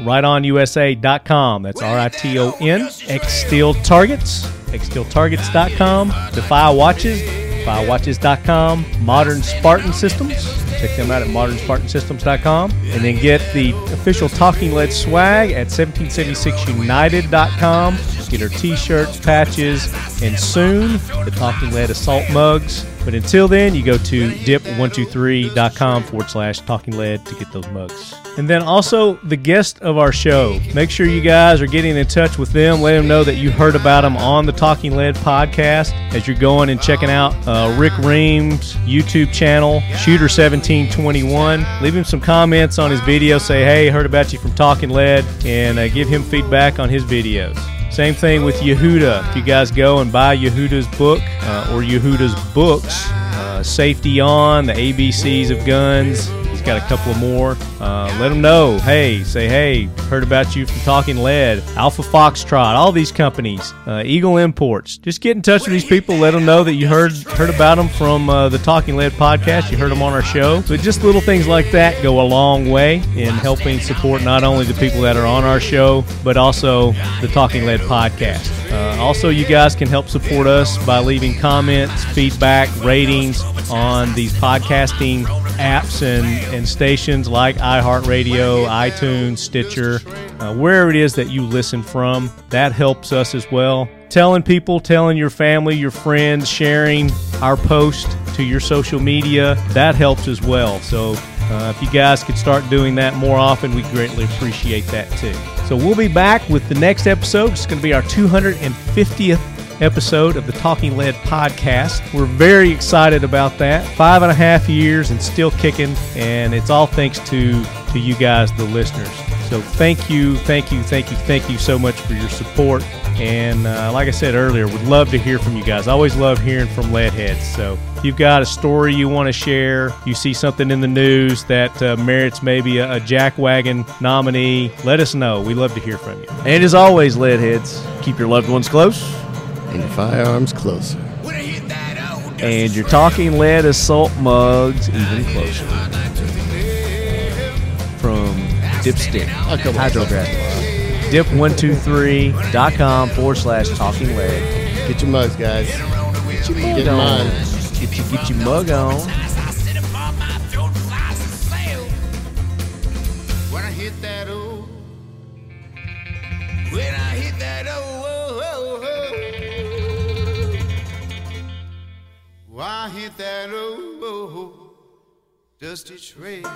rightonusa.com. That's R I T O N, X Steel Targets, xsteeltargets.com, Defy Watches, firewatches.com, Modern Spartan Systems. Check them out at modernspartansystems.com. And then get the official Talking Lead swag at 1776united.com. Get our t shirts, patches, and soon the Talking Lead assault mugs. But until then, you go to dip123.com forward slash talking lead to get those mugs. And then also the guest of our show. Make sure you guys are getting in touch with them. Let them know that you heard about them on the Talking Lead podcast as you're going and checking out uh, Rick Ream's YouTube channel, Shooter1721. Leave him some comments on his video. Say, hey, heard about you from Talking Lead, and uh, give him feedback on his videos. Same thing with Yehuda. If you guys go and buy Yehuda's book uh, or Yehuda's books, uh, Safety On, The ABCs of Guns, he's got a couple of more. Uh, let him know. Hey, say, hey, heard about you from Talking Lead, Alpha Foxtrot, all these companies, uh, Eagle Imports. Just get in touch with these people. Let them know that you heard heard about them from uh, the Talking Lead podcast. You heard them on our show. But just little things like that go a long way in helping support not only the people that are on our show, but also the Talking Lead podcast. Uh, also, you guys can help support us by leaving comments, feedback, ratings on these podcasting apps and, and stations like iHeartRadio, iTunes, Stitcher, uh, wherever it is that you listen from. That helps us as well. Telling people, telling your family, your friends, sharing our post to your social media, that helps as well. So uh, if you guys could start doing that more often, we greatly appreciate that too. So we'll be back with the next episode. It's going to be our 250th episode of the Talking Lead podcast. We're very excited about that. Five and a half years and still kicking, and it's all thanks to to you guys, the listeners. So thank you, thank you, thank you, thank you so much for your support. And uh, like I said earlier, would love to hear from you guys. I always love hearing from leadheads. So if you've got a story you want to share, you see something in the news that uh, merits maybe a, a jackwagon nominee, let us know. We love to hear from you. And as always, leadheads, keep your loved ones close. And your firearms closer. And your talking lead assault mugs even closer. From Dipstick. Hydrograph. Dip123.com forward slash talking lead. Get your mugs, guys. Get your mug on. mine. Get your, get your mug on. When I hit that oh, when I hit that oh, oh, oh, oh. Why hit that oh, oh, oh. dusty trail?